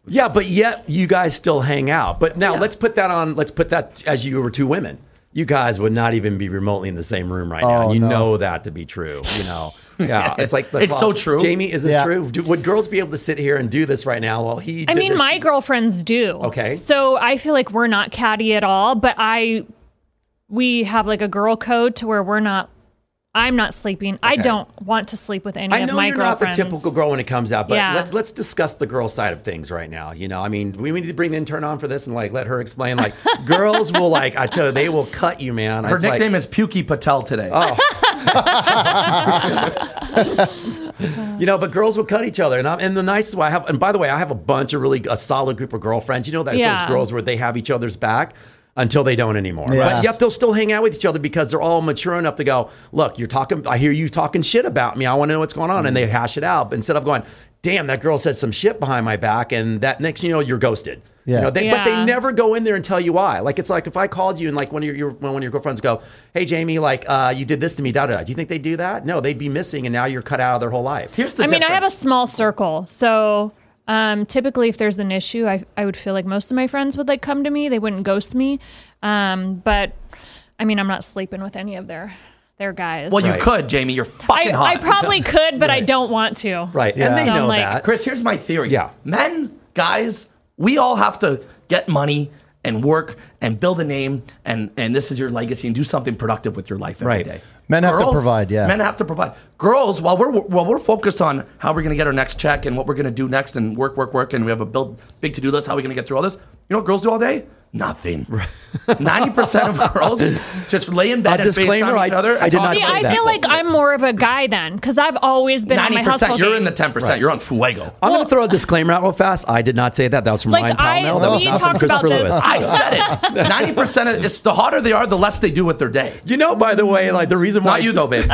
S1: Yeah, but yet you guys still hang out. But now let's put that on. Let's put that as you were two women. You guys would not even be remotely in the same room right now.
S4: Oh,
S1: you
S4: no.
S1: know that to be true. You know, yeah, it's like the
S3: It's so
S1: fuck-
S3: true.
S1: Jamie, is this
S4: Yeah.
S1: true? Do, would girls be able to sit here and do this right now while he?
S2: I
S1: did
S2: mean,
S1: this?
S2: my girlfriends do.
S1: Okay.
S2: So I feel like we're not catty at all, but I, we have like a girl code to where we're not. I'm not sleeping. I don't want to sleep with any
S1: I
S2: of
S1: know
S2: my
S1: you're not the
S2: girlfriends.
S1: typical girl when it comes out, but
S2: Yeah.
S1: let's let's discuss the girl side of things right now. You know, I mean, we we need to bring the intern on for this and like let her explain. Like, girls will like I tell you, they will cut you, man.
S3: Her nickname is Pukey Patel today.
S4: Oh.
S1: You know, but girls will cut each other, and I'm, and the nicest way I have. And by the way, I have a bunch of really a solid group of girlfriends. You know that
S2: Yeah.
S1: those girls where they have each other's back until they don't anymore.
S4: Yeah.
S1: But yet they'll still hang out with each other because they're all mature enough to go, look, you're talking. I hear you talking shit about me. I want to know what's going on, and they hash it out instead of going, damn, that girl said some shit behind my back, and that next thing you know you're ghosted. You
S4: Yeah.
S1: know, they, But they
S2: Yeah.
S1: never go in there and tell you why. Like it's like if I called you and like one of your, your when one of your girlfriends go, hey Jamie, like uh, you did this to me, da da. da." Do you think they do that? No, they'd be missing, and now you're cut out of their whole life.
S3: Here's the
S2: I mean, I have a
S3: difference.
S2: small circle, so um, typically, if there's an issue, I I would feel like most of my friends would like come to me. They wouldn't ghost me, um, but I mean, I'm not sleeping with any of their their guys.
S3: Well, you
S1: Right.
S3: could, Jamie. You're
S2: I,
S3: fucking hot.
S2: I probably could, but I don't want to.
S1: Right. And they
S2: So I'm
S1: know
S2: like-
S1: that.
S3: Chris, here's my theory.
S1: Yeah.
S3: Men, guys, we all have to get money and work and build a name and and this is your legacy and do something productive with your life every
S1: Right.
S3: day.
S4: Men have to provide, yeah.
S3: Men have to provide. Girls, while we're while we're focused on how we're going to get our next check and what we're going to do next and work work work and we have a build big to-do list how we going to get through all this. You know what girls do all day? Nothing. 90% of girls just lay in bed and
S1: disclaimer,
S3: FaceTime each
S1: I-
S3: other. and
S1: I did
S3: talk
S1: not
S3: to
S2: See,
S1: say
S3: each
S2: I
S1: that.
S2: feel like I'm more of a guy then, because I've always been on my
S3: Ninety
S2: household.
S3: percent. You're
S2: game.
S3: in the ten percent. You're on Fuego.
S1: I'm going
S2: Well-
S1: to throw a disclaimer out real fast. I did not say that. That was from
S2: Like,
S1: Ryan
S2: I-
S1: Powell. That was
S2: we
S1: not from
S2: talked about
S1: Christopher
S2: this.
S1: Lewis.
S3: I said it. Ninety percent. of it's, The hotter they are, the less they do with their day.
S1: You know, by the way, like the reason why
S3: Not you though, babe.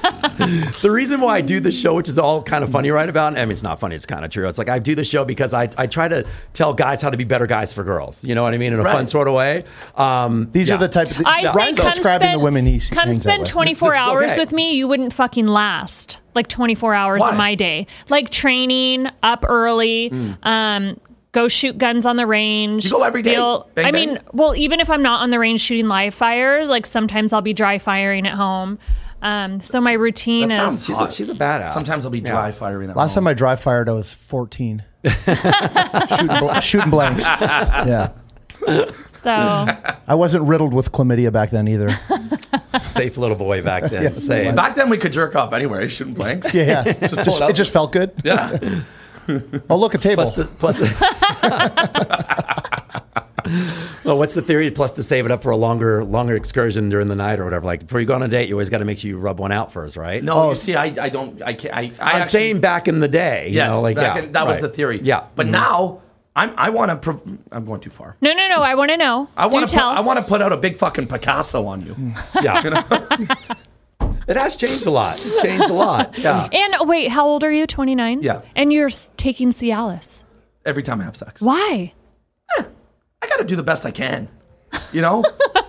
S1: the reason why I do the show, which is all kind of funny right about. I mean, it's not funny. It's kind of true. It's like I do the show because I, I try to tell guys how to be better guys for girls. You know what I mean? In a
S3: Right.
S1: fun sort of way. Um,
S4: These
S1: yeah.
S4: are the type of
S2: I say,
S4: Ryan's
S2: come
S4: describing
S2: spend,
S4: the women he
S2: come
S4: hangs out
S2: spend
S4: with.
S2: 24
S1: This is
S2: hours
S1: okay.
S2: with me. You wouldn't fucking last like 24 hours
S3: Why?
S2: of my day. Like training, up early, um, go shoot guns on the range.
S3: Mm. You go every day? Bang,
S2: I
S3: bang?
S2: mean, well, even if I'm not on the range shooting live fire, like sometimes I'll be dry firing at home. Um, so my routine
S3: That
S2: is
S3: sounds
S1: She's
S3: hot.
S1: a, she's a badass.
S3: Sometimes I'll be dry firing. At
S4: Last
S3: home.
S4: time I dry fired, I was 14. shooting, bl- shooting blanks. Yeah.
S2: so.
S4: I wasn't riddled with chlamydia back then either.
S1: safe little boy back then.
S4: Yeah.
S1: safe.
S3: Back then we could jerk off anywhere. You shouldn't blanks.
S4: Yeah, yeah.
S3: Just pull
S4: Just-
S3: it out.
S4: it just felt good.
S3: yeah.
S4: Oh, look, a table.
S1: Plus the plus. the- well, what's the theory? Plus to save it up for a longer longer excursion during the night or whatever. Like before you go on a date, you always got to make sure you rub one out first, right?
S3: No, you see, I, I don't, I can't. I, I
S1: Oh. I'm
S3: actually-
S1: saying back in the day. You
S3: yes.
S1: know, like
S3: back
S1: yeah,
S3: in- that was
S1: right.
S3: the theory.
S1: Yeah, Mm-hmm.
S3: But now I'm, I want to. Prov- I'm going too far.
S2: No, no, no. I want to know.
S3: I
S2: Do
S3: want to.
S2: tell.
S1: Mm.
S3: I want to put out a big fucking Picasso on you.
S1: yeah. It has changed a lot. It's changed a lot. Yeah.
S2: And oh, wait, how old are you? 29?
S3: Yeah.
S2: And you're s- taking Cialis.
S3: Every time I have sex,
S2: Why?
S3: I gotta do the best I can. You know,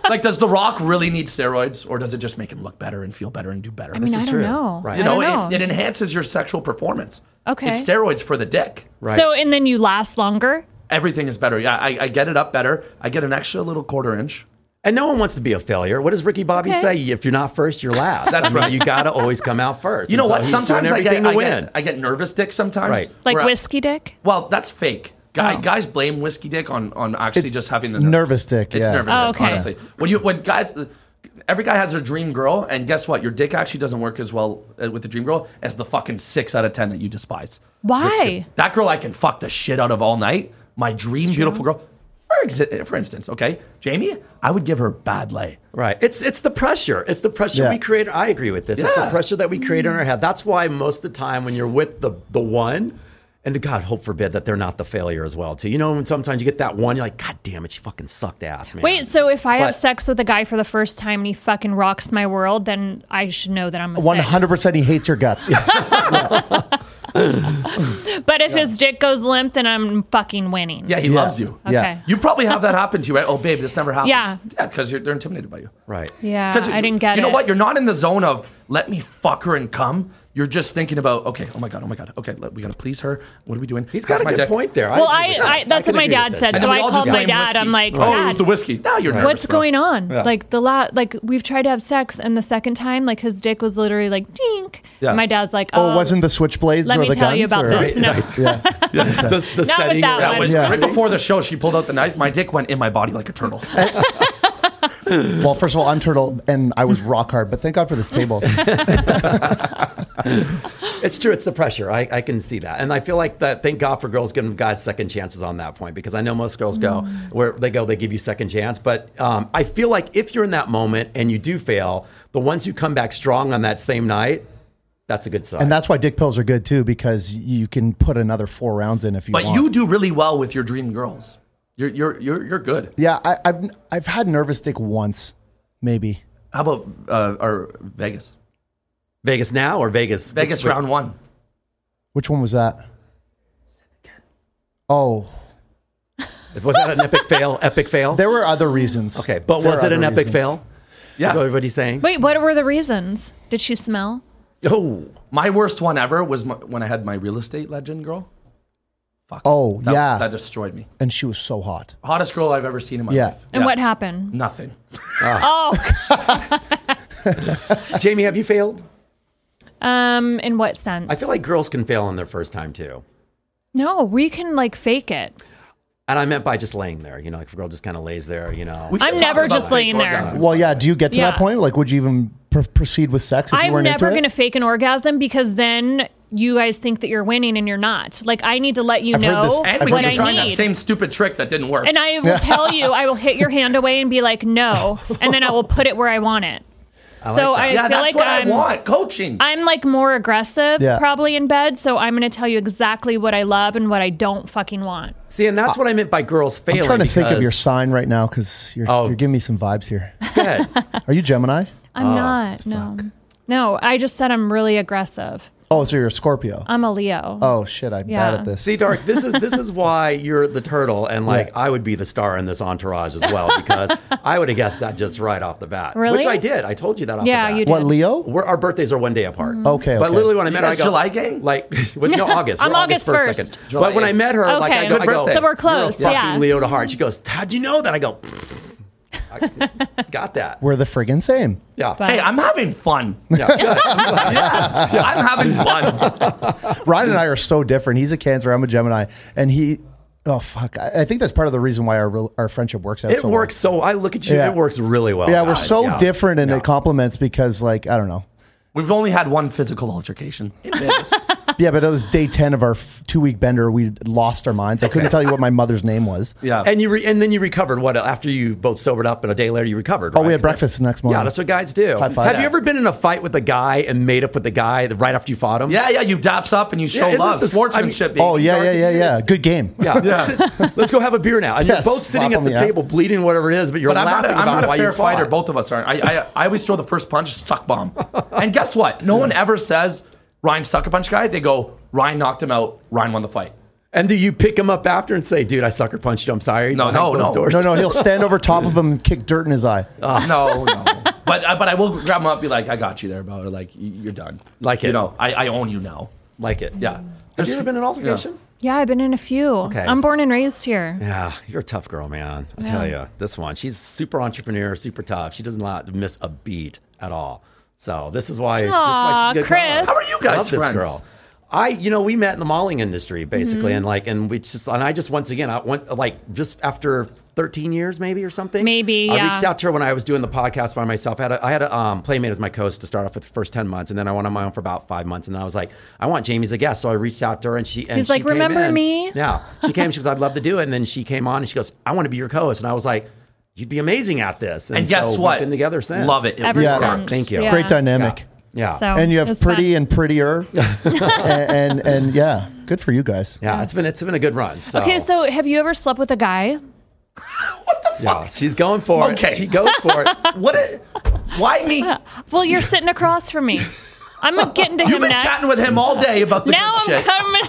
S3: like does The Rock really need steroids, or does it just make him look better and feel better and do better?
S2: I mean, I don't
S1: true.
S2: know.
S1: Right.
S2: I
S3: you
S2: don't
S3: know,
S2: know.
S3: It, it enhances your sexual performance.
S2: Okay.
S3: it's steroids for the dick.
S1: Right.
S2: So, and then you last longer?
S3: Everything is better. Yeah, I, I get it up better. I get an extra little quarter inch.
S1: And no one wants to be a failure. What does Ricky Bobby
S2: Okay.
S1: say? If you're not first, you're last.
S3: That's
S1: I mean,
S3: right.
S1: You gotta always come out first.
S3: You know
S1: And so
S3: what?
S1: he's doing
S3: Sometimes I get,
S1: everything to
S3: I,
S1: win.
S3: get, I get nervous dick sometimes.
S1: Right.
S2: Like
S3: Where I-
S2: whiskey dick?
S3: Well, that's fake. Guy,
S2: Oh.
S3: Guys blame whiskey dick on, on actually
S4: It's
S3: just having the
S4: nervous dick,
S3: It's
S4: yeah.
S3: nervous
S2: Oh,
S3: dick,
S2: okay.
S3: honestly. When you when guys, every guy has their dream girl, and guess what? Your dick actually doesn't work as well uh, with the dream girl as the fucking six out of ten that you despise.
S2: Why?
S3: That girl I can fuck the shit out of all night. My dream beautiful girl. For exi- for instance, okay, Jamie, I would give her bad lay.
S1: Right. It's it's the pressure. It's the pressure
S4: Yeah.
S1: we create. I agree with this. It's the
S3: Yeah.
S1: pressure that we create in our head. That's why most of the time when you're with the the one, and God, hope forbid that they're not the failure as well too. You know, when sometimes you get that one, you're like, God damn it, she fucking sucked ass, man.
S2: Wait, so if I
S1: But-
S2: have sex with a guy for the first time and he fucking rocks my world, then I should know that I'm a
S4: One
S2: six.
S4: hundred percent, he hates your guts.
S2: But if his dick goes limp, then I'm fucking winning.
S3: Yeah, he loves you.
S4: Yeah.
S2: Okay.
S3: You probably have that happen to you, right? Oh, babe, this never happens.
S2: Yeah.
S3: yeah, because they're intimidated by you.
S1: Right.
S2: Yeah,
S3: 'Cause
S2: I didn't get
S3: You
S2: it.
S3: know what? You're not in the zone of let me fuck her and come. You're just thinking about okay, oh my god, oh my god, okay, let, we gotta please her. What are we doing?
S1: He's got a
S3: my
S1: good
S3: dick.
S1: point there.
S2: Well,
S1: agree
S2: I-
S1: with
S2: I-
S1: this.
S2: that's
S1: can
S2: what my
S1: agree
S2: dad
S1: with
S2: said,
S1: this.
S3: And
S2: so
S3: then
S2: I
S3: we all just
S2: called my
S3: blame
S2: dad.
S3: whiskey.
S2: I'm like,
S3: oh, it was
S2: "Dad,
S3: the whiskey. Now you're nervous.
S2: What's
S3: bro."
S2: going on?
S1: Yeah.
S2: Like the la- like we've tried to have sex, and the second time, like his dick was literally like dink.
S3: Yeah.
S2: My dad's like,
S4: Oh,
S2: um,
S4: it wasn't the switchblades
S2: Let
S4: or
S2: me
S4: the
S2: tell
S4: guns?
S2: you about
S4: or-
S2: this. No.
S4: Yeah.
S1: The, the
S2: Not with
S1: setting.
S2: that
S3: That
S1: around-
S2: one.
S3: was
S4: Yeah.
S3: right before the show. She pulled out the knife. My dick went in my body like a turtle.
S4: Well, first of all, I'm turtle and I was rock hard, but thank God for this table.
S1: It's true. It's the pressure. I, I can see that, and I feel like that. Thank God for girls giving guys second chances on that point because I know most girls go
S2: Mm.
S1: where they go, they give you second chance. But um, I feel like if you're in that moment and you do fail, the ones who come back strong on that same night, that's a good sign.
S4: And that's why dick pills are good too, because you can put another four rounds in if you
S3: But
S4: want.
S3: you do really well with your dream girls. You're you're you're, you're good.
S4: Yeah, I, I've I've had nervous dick once, maybe.
S3: How about uh, our Vegas?
S1: Vegas now or Vegas?
S3: Vegas
S1: which-
S3: round one.
S4: Which one was that? Oh,
S1: Was that an epic fail? Epic fail.
S4: there were other reasons.
S1: okay, but
S4: There
S1: was
S4: were
S1: it an
S4: other
S1: epic
S4: reasons.
S1: fail? Is what
S3: Yeah.
S1: everybody's saying.
S2: Wait, what were the reasons? Did she smell?
S1: Oh,
S3: My worst one ever was my, when I had my real estate legend girl. Fuck.
S4: Oh,
S3: That-
S4: yeah.
S3: That destroyed me.
S4: And she was so hot.
S3: Hottest girl I've ever seen in my
S4: Yeah.
S3: life.
S2: And what happened?
S3: Nothing.
S2: Oh,
S1: Jamie, have you failed?
S2: um, in what sense?
S1: I feel like girls can fail on their first time too.
S2: no, we can like fake it.
S1: And I meant by just laying there, you know, like if a girl just kind of lays there, you know.
S3: We should
S2: I'm
S3: talk
S2: never
S3: about
S2: just
S3: fake
S2: laying there.
S3: orgasms.
S4: Well, yeah. Do you get to that
S2: Yeah.
S4: point? Like, would you even pr- proceed with sex if you
S2: I'm
S4: weren't
S2: never
S4: into
S2: gonna
S4: it?
S2: fake an orgasm because then you guys think that you're winning and you're not. Like I need to let you
S4: I've heard this-
S2: know
S4: I've
S3: And we
S4: heard
S2: what
S3: keep
S4: this
S2: I
S3: trying
S2: need.
S3: that same stupid trick that didn't work.
S2: and I will tell you, I will hit your hand away and be like, no, and then I will put it where I want it. so
S1: that.
S2: I
S3: yeah,
S2: feel like
S3: that's what
S2: I'm,
S3: i want. Coaching.
S2: I'm like more aggressive
S4: Yeah.
S2: probably in bed, so I'm gonna tell you exactly what I love and what I don't fucking want.
S1: See, and that's what I meant by girls failing.
S4: I'm trying to think of your
S1: because-
S4: sign right now because you're,
S1: Oh.
S4: you're giving me some vibes here.
S1: Go ahead.
S4: Are you Gemini?
S2: I'm not. No. No, I just said I'm really aggressive.
S4: Oh, so you're a Scorpio.
S2: I'm a Leo.
S4: oh shit, I'm
S2: Yeah.
S4: bad at this.
S1: See, Dark, this is this is why you're the turtle, and like
S4: Yeah.
S1: I would be the star in this entourage as well because I would have guessed that just right off the bat. Which
S2: Really?
S1: I did. I told you that. Off
S2: Yeah,
S1: the bat.
S2: you did. Mm-hmm.
S4: what Leo?
S1: We're, our birthdays are one day apart.
S4: Okay,
S1: But
S4: okay.
S1: literally when I met her, I
S3: guys
S1: go,
S3: July gang?
S1: Like, with, no, August.
S2: I'm
S1: We're
S2: August
S1: first,
S2: 1st.
S1: second.
S3: July
S1: But when I
S3: eighth.
S1: met her, like I
S2: Okay.
S1: go,
S2: Good
S1: I go
S3: birthday.
S2: So we're
S3: You're a
S2: close.
S1: fucking
S2: Yeah.
S1: Leo to heart. She goes, how'd you know that? I go, I got that.
S4: We're the friggin' same.
S1: yeah.
S2: But-
S3: hey, I'm having fun.
S1: yeah. good. I'm glad.
S3: I'm having fun.
S4: Ryan and I are so different. He's a Cancer. I'm a Gemini, and he. Oh fuck! I, I think that's part of the reason why our rel- our friendship works out.
S1: It
S4: so well.
S1: works so. I look at you.
S4: Yeah.
S1: It works really well.
S4: Yeah,
S1: now.
S4: we're so
S1: Yeah.
S4: different, and
S1: Yeah.
S4: it compliments because, like, I don't know.
S3: We've only had one physical altercation. It is.
S4: yeah, but it was day ten of our two week bender. We lost our minds. I couldn't tell you what my mother's name was.
S3: Yeah.
S1: And you re- and then you recovered. What after you both sobered up and a day later you recovered.
S4: Oh,
S1: right?
S4: we had breakfast the next morning.
S1: Yeah, that's what guys do.
S4: High five.
S1: Have you
S4: Yeah.
S1: ever been in a fight with a guy and made up with the guy right after you fought him?
S3: yeah, yeah. You daps up and you show
S1: isn't
S3: love.
S1: this- I mean-
S3: Sportsmanship. baby.
S4: Oh yeah, yeah,
S3: Dark-
S4: yeah, yeah. Good game.
S1: Yeah. Let's, let's go have a beer now. And
S4: Yes,
S1: you're both sitting
S4: slap
S1: at
S4: on
S1: the
S4: the ass.
S1: table bleeding whatever it is, but you're
S3: But I'm not
S1: laughing
S3: a, I'm
S1: about
S3: not
S1: why
S3: a fair
S1: you fought.
S3: fighter. Both of us aren't. I, I, I always throw the first punch, suck bomb. And guess what? No one ever says Ryan suck a punch guy. They go, Ryan knocked him out. Ryan won the fight.
S1: And do you pick him up after and say, "Dude, I sucker punched you. I'm sorry."
S3: No,
S1: behind
S3: no,
S1: closed
S3: no.
S1: doors?
S4: No, no, he'll stand over top of him and kick dirt in his eye.
S1: Ah.
S3: No, no. But uh, but I will grab him up, be like, I got you there, bro. Or like, "You- you're done.
S1: Like
S3: You
S1: it.
S3: know, I, I own you now.
S1: Like it.
S3: Yeah.
S1: Have you ever been in an altercation?
S2: Yeah, I've been in a few.
S1: Okay.
S2: I'm born and raised here.
S1: Yeah, you're a tough girl, man. I tell you, this one, she's super entrepreneur, super tough. She does not miss a beat at all. So this is why. this is why
S2: Aw,
S1: she's a good girl.
S2: Chris.
S3: How are you guys
S1: Love this
S3: friends?
S1: girl. I, you know, we met in the modeling industry basically,
S2: Mm-hmm.
S1: and like, and we just, and I just once again, I went like just after 13 years maybe or something.
S2: Maybe,
S1: I
S2: yeah.
S1: reached out to her when I was doing the podcast by myself. I had a, I had a um, playmate as my co-host to start off with the first 10 months, and then I went on my own for about five months, and then I was like, I want Jamie as a guest, so I reached out to her, and she, and
S2: He's
S1: she
S2: like,
S1: came
S2: "Remember
S1: in.
S2: me?"
S1: Yeah, she came. She goes, "I'd love to do it." And then she came on and she goes, "I want to be your co-host." And I was like, "You'd be amazing at this."
S3: And guess
S1: so we've
S3: what?
S1: Been together since.
S3: Love it.
S2: Ever
S4: Yeah.
S2: since.
S1: Thank you.
S2: Yeah.
S4: Great dynamic.
S1: Yeah.
S2: So,
S4: And you
S2: it
S4: have
S2: was
S4: pretty
S2: fun.
S4: and prettier, and, and and yeah, good for you guys.
S1: yeah, it's been it's been a good run. So.
S2: Okay, so have you ever slept with a guy?
S1: yeah, she's going for
S3: Okay.
S1: it. She goes for it.
S3: What? A, why me?
S2: Well, you're sitting across from me. I'm getting to him
S3: You've been
S2: next.
S3: chatting with him all day about the
S2: now I'm
S3: good shit.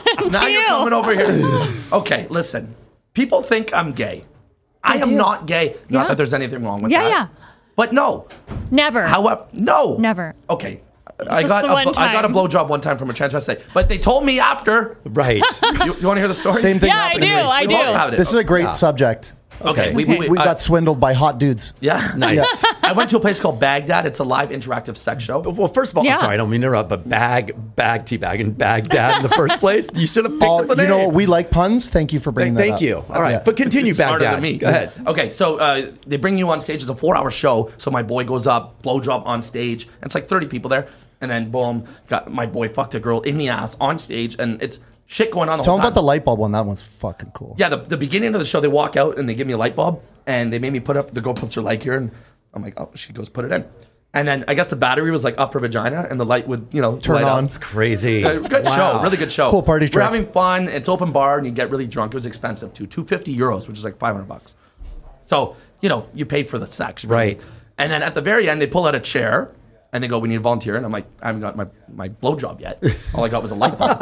S2: coming
S3: now
S2: to
S3: you're
S2: you.
S3: coming over here. Okay, listen. People think I'm gay. I, am
S2: do.
S3: not gay.
S2: Yeah.
S3: Not that there's anything wrong with
S2: Yeah,
S3: that.
S2: yeah.
S3: But no.
S2: Never.
S3: However, no.
S2: Never.
S3: Okay. I
S2: Just
S3: got
S2: the
S3: a,
S2: one
S3: blo- I got a
S2: time.
S3: blowjob one time from a transvestite, but they told me after.
S1: Right.
S3: You, you want to hear the story?
S4: Same thing.
S2: Yeah, I
S4: happened
S2: do,
S4: to me.
S2: I
S3: We
S2: do.
S3: won't have it.
S4: This is
S1: oh,
S4: a great subject.
S3: okay. We,
S2: Okay.
S3: we,
S4: We
S3: I-
S4: got swindled by hot dudes.
S3: yeah.
S1: Nice.
S4: Yes.
S3: I went to a place called Baghdad. It's a live interactive sex show.
S1: Well, first of all,
S2: Yeah.
S1: I'm sorry, I don't mean to interrupt, but bag, bag, tea bag, and Baghdad in the first place. You should have picked
S4: All,
S1: up the
S4: you know
S1: name.
S4: what? We like puns. Thank you for bringing
S1: Thank,
S4: that
S1: thank
S4: up.
S1: you. All right,
S4: Yeah.
S1: but continue,
S3: It's
S1: Baghdad.
S3: smarter than me.
S1: Go ahead.
S3: Okay, so uh, they bring you on stage. It's a four-hour show. So my boy goes up, blowjob on stage. And it's like thirty people there, and then boom, got my boy fucked a girl in the ass on stage, and it's shit going on. The
S4: Tell
S3: whole
S4: them about
S3: time.
S4: the light bulb one. That one's fucking cool.
S3: Yeah, the, the beginning of the show, they walk out and they give me a light bulb, and they made me put up the girl puts her leg here, and I'm like, oh, she goes put it in, and then I guess the battery was like up her vagina, and the light would you know
S4: Turn
S3: light
S4: on.
S3: Up.
S1: It's crazy.
S3: Uh, Good show, really good show.
S4: Cool party
S3: We're
S4: trick.
S3: having fun. It's open bar, and you get really drunk. It was expensive too, two fifty euros, which is like five hundred bucks. So you know you pay for the sex, really.
S1: Right.
S3: And then at the very end, they pull out a chair. And they go, we need a volunteer. And I'm like, I haven't got my, my blowjob yet. All I got was a light bulb.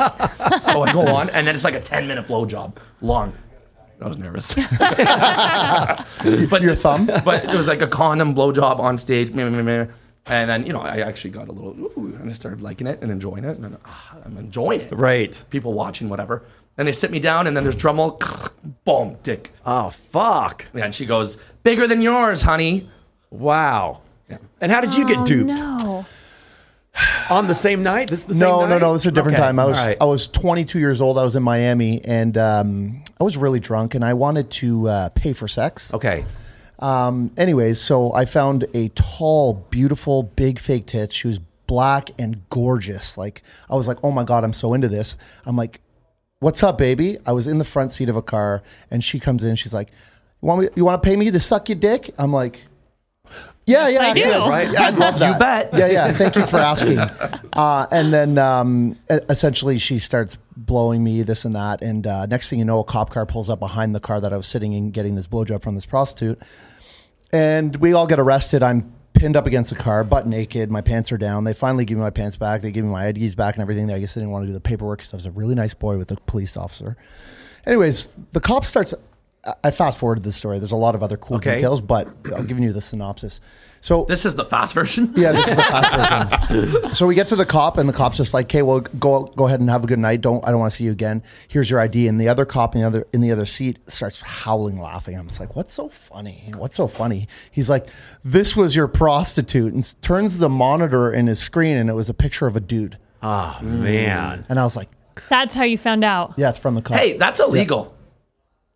S3: so I go on, and then it's like a 10 minute blowjob, long. I was nervous. but
S4: Your thumb?
S3: But it was like a condom blowjob on stage. meh, meh, meh, meh. And then, you know, I actually got a little, ooh, and I started liking it and enjoying it. And then ah, I'm enjoying it.
S1: Right.
S3: People watching, whatever. And they sit me down, and then there's drum roll, boom, dick.
S1: Oh, fuck.
S3: And she goes, bigger than yours, honey.
S1: Wow. And how did you get duped?
S2: Oh, No.
S1: On the same night? This is the same
S4: No,
S1: night?
S4: no, no. This is a different
S1: Okay,
S4: time. I was
S1: all right.
S4: I was 22 years old. I was in Miami, and um, I was really drunk, and I wanted to uh, pay for sex.
S1: okay.
S4: Um, anyways, so I found a tall, beautiful, big fake tits. She was black and gorgeous. Like I was like, oh my god, I'm so into this. I'm like, what's up, baby? I was in the front seat of a car, and she comes in. She's like, you want me? You want to pay me to suck your dick? I'm like. Yeah, yeah,
S2: I
S4: actually,
S2: do.
S4: right? Yeah, I love that. You
S3: bet.
S4: Yeah, yeah. Thank you for asking. Uh, and then um, e- essentially, she starts blowing me this and that. And uh, next thing you know, a cop car pulls up behind the car that I was sitting in, getting this blowjob from this prostitute and we all get arrested. I'm pinned up against the car, butt naked. My pants are down. They finally give me my pants back. They give me my IDs back and everything. I guess they didn't want to do the paperwork because I was a really nice boy with a police officer. Anyways, the cop starts. I- I fast forwarded this story. There's a lot of other cool
S1: Okay.
S4: details, but I'm giving you the synopsis. So
S3: This is the fast version.
S4: yeah, this is the fast version. So we get to the cop, and the cop's just like, "Okay, well, go go ahead and have a good night. Don't I don't want to see you again. Here's your ID." And the other cop in the other in the other seat starts howling, laughing. I'm just like, "What's so funny? What's so funny?" He's like, "This was your prostitute," and s- turns the monitor in his screen, and it was a picture of a dude.
S1: Oh, man.
S4: And I was like,
S2: That's how you found out.
S4: "Yeah, it's from the cop."
S3: Hey, that's illegal.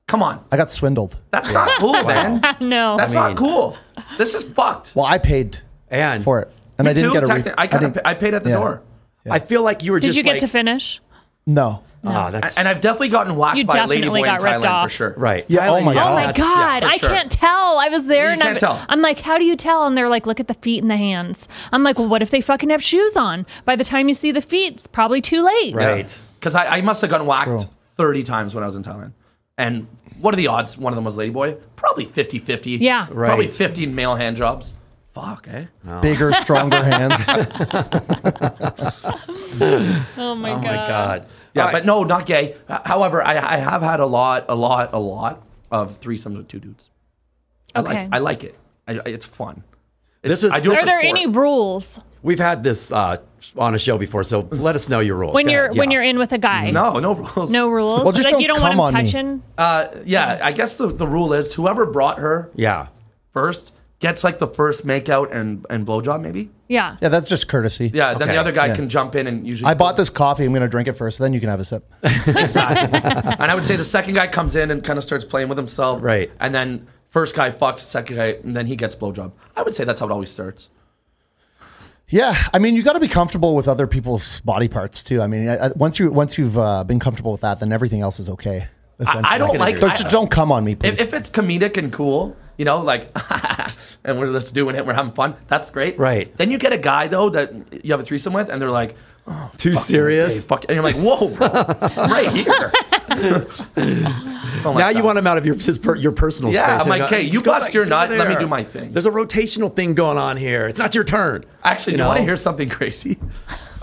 S3: Come on.
S4: I got swindled.
S3: That's not cool, man.
S2: No.
S3: That's not cool. This is fucked.
S4: Well, I paid
S1: And
S4: for it, and
S3: Me
S4: I didn't
S3: too,
S4: get a.
S3: technically. I, kinda
S4: didn't-
S3: pa- I paid at the
S4: yeah.
S3: door.
S1: I feel like you were
S2: Did
S1: just
S2: you get
S1: like,
S2: to finish?
S4: No.
S1: Ah, that's
S3: And I've definitely gotten whacked
S2: You
S3: by a lady
S2: definitely
S3: boy in
S2: got ripped
S3: Thailand for
S2: off.
S3: sure.
S1: right.
S4: Yeah, oh my
S1: yeah,
S4: God.
S2: Oh my
S1: that's-
S2: god,
S3: for
S2: I
S3: sure.
S2: can't tell. I was there,
S3: You
S2: and
S3: can't
S2: I'm,
S3: tell.
S2: I'm like, how do you tell? And they're like, look at the feet and the hands. I'm like, well, what if they fucking have shoes on? By the time you see the feet, it's probably too late.
S1: Right.
S3: Because I, I must have gotten whacked
S4: Bro.
S3: 30 times when I was in Thailand. And what are the odds one of them was Ladyboy? Probably 50 50.
S2: Yeah.
S3: Probably
S1: Right.
S3: 50 male hand jobs. Fuck, eh?
S4: Bigger, stronger hands.
S2: Oh my
S1: Oh
S2: god.
S1: my god.
S3: Yeah,
S1: All right.
S3: but no, not gay. H- However, I, I have had a lot, a lot, a lot of threesomes with two dudes. I
S2: Okay.
S3: like I like it. I, I- it's fun.
S1: This
S3: It's-
S1: is-
S3: I do it
S2: Are
S3: for
S2: there
S3: sport.
S2: any rules
S1: We've had this uh, on a show before, so let us know your rules.
S2: when
S1: Go
S2: you're
S1: ahead.
S2: when
S1: Yeah.
S2: you're in with a guy?
S3: No, no rules.
S2: No rules.
S4: Well, just
S2: like
S4: don't
S2: you don't
S4: come
S2: want
S4: on
S2: him
S4: me.
S2: touching.
S3: Uh, yeah, I guess the, the rule is whoever brought her
S1: Yeah.
S3: first gets like the first makeout and and blowjob maybe.
S2: Yeah.
S4: Yeah, that's just courtesy.
S3: Yeah, then
S1: Okay.
S3: the other guy
S4: Yeah.
S3: can jump in and usually.
S4: I bought this coffee. I'm going to drink it first, then you can have a sip.
S3: Exactly. and I would say the second guy comes in and kind of starts playing with himself.
S1: Right.
S3: And then first guy fucks, second guy, and then he gets blowjob. I would say that's how it always starts.
S4: Yeah, I mean, you got to be comfortable with other people's body parts too. I mean, I, I- once you once you've uh, been comfortable with that, then everything else is okay. essentially.
S3: I don't like-
S4: Don't,
S3: I-
S4: don't come on me, please.
S3: If, if it's comedic and cool, you know, like, and we're just doing it, we're having fun. That's great.
S1: Right.
S3: Then you get a guy though that you have a threesome with, and they're like,
S1: Too serious.
S3: "Hey, fuck," and you're like, "Whoa, bro, right here." Oh
S1: now you want him out of your his per, your personal
S3: Yeah,
S1: space.
S3: I'm like,
S1: You're not-
S3: "Hey, you
S1: just go
S3: bust
S1: back
S3: your
S1: over
S3: nut, let me
S1: there.
S3: do my thing."
S1: There's a rotational thing going on here. It's not your turn.
S3: Actually, do you
S1: know?
S3: want to hear something crazy?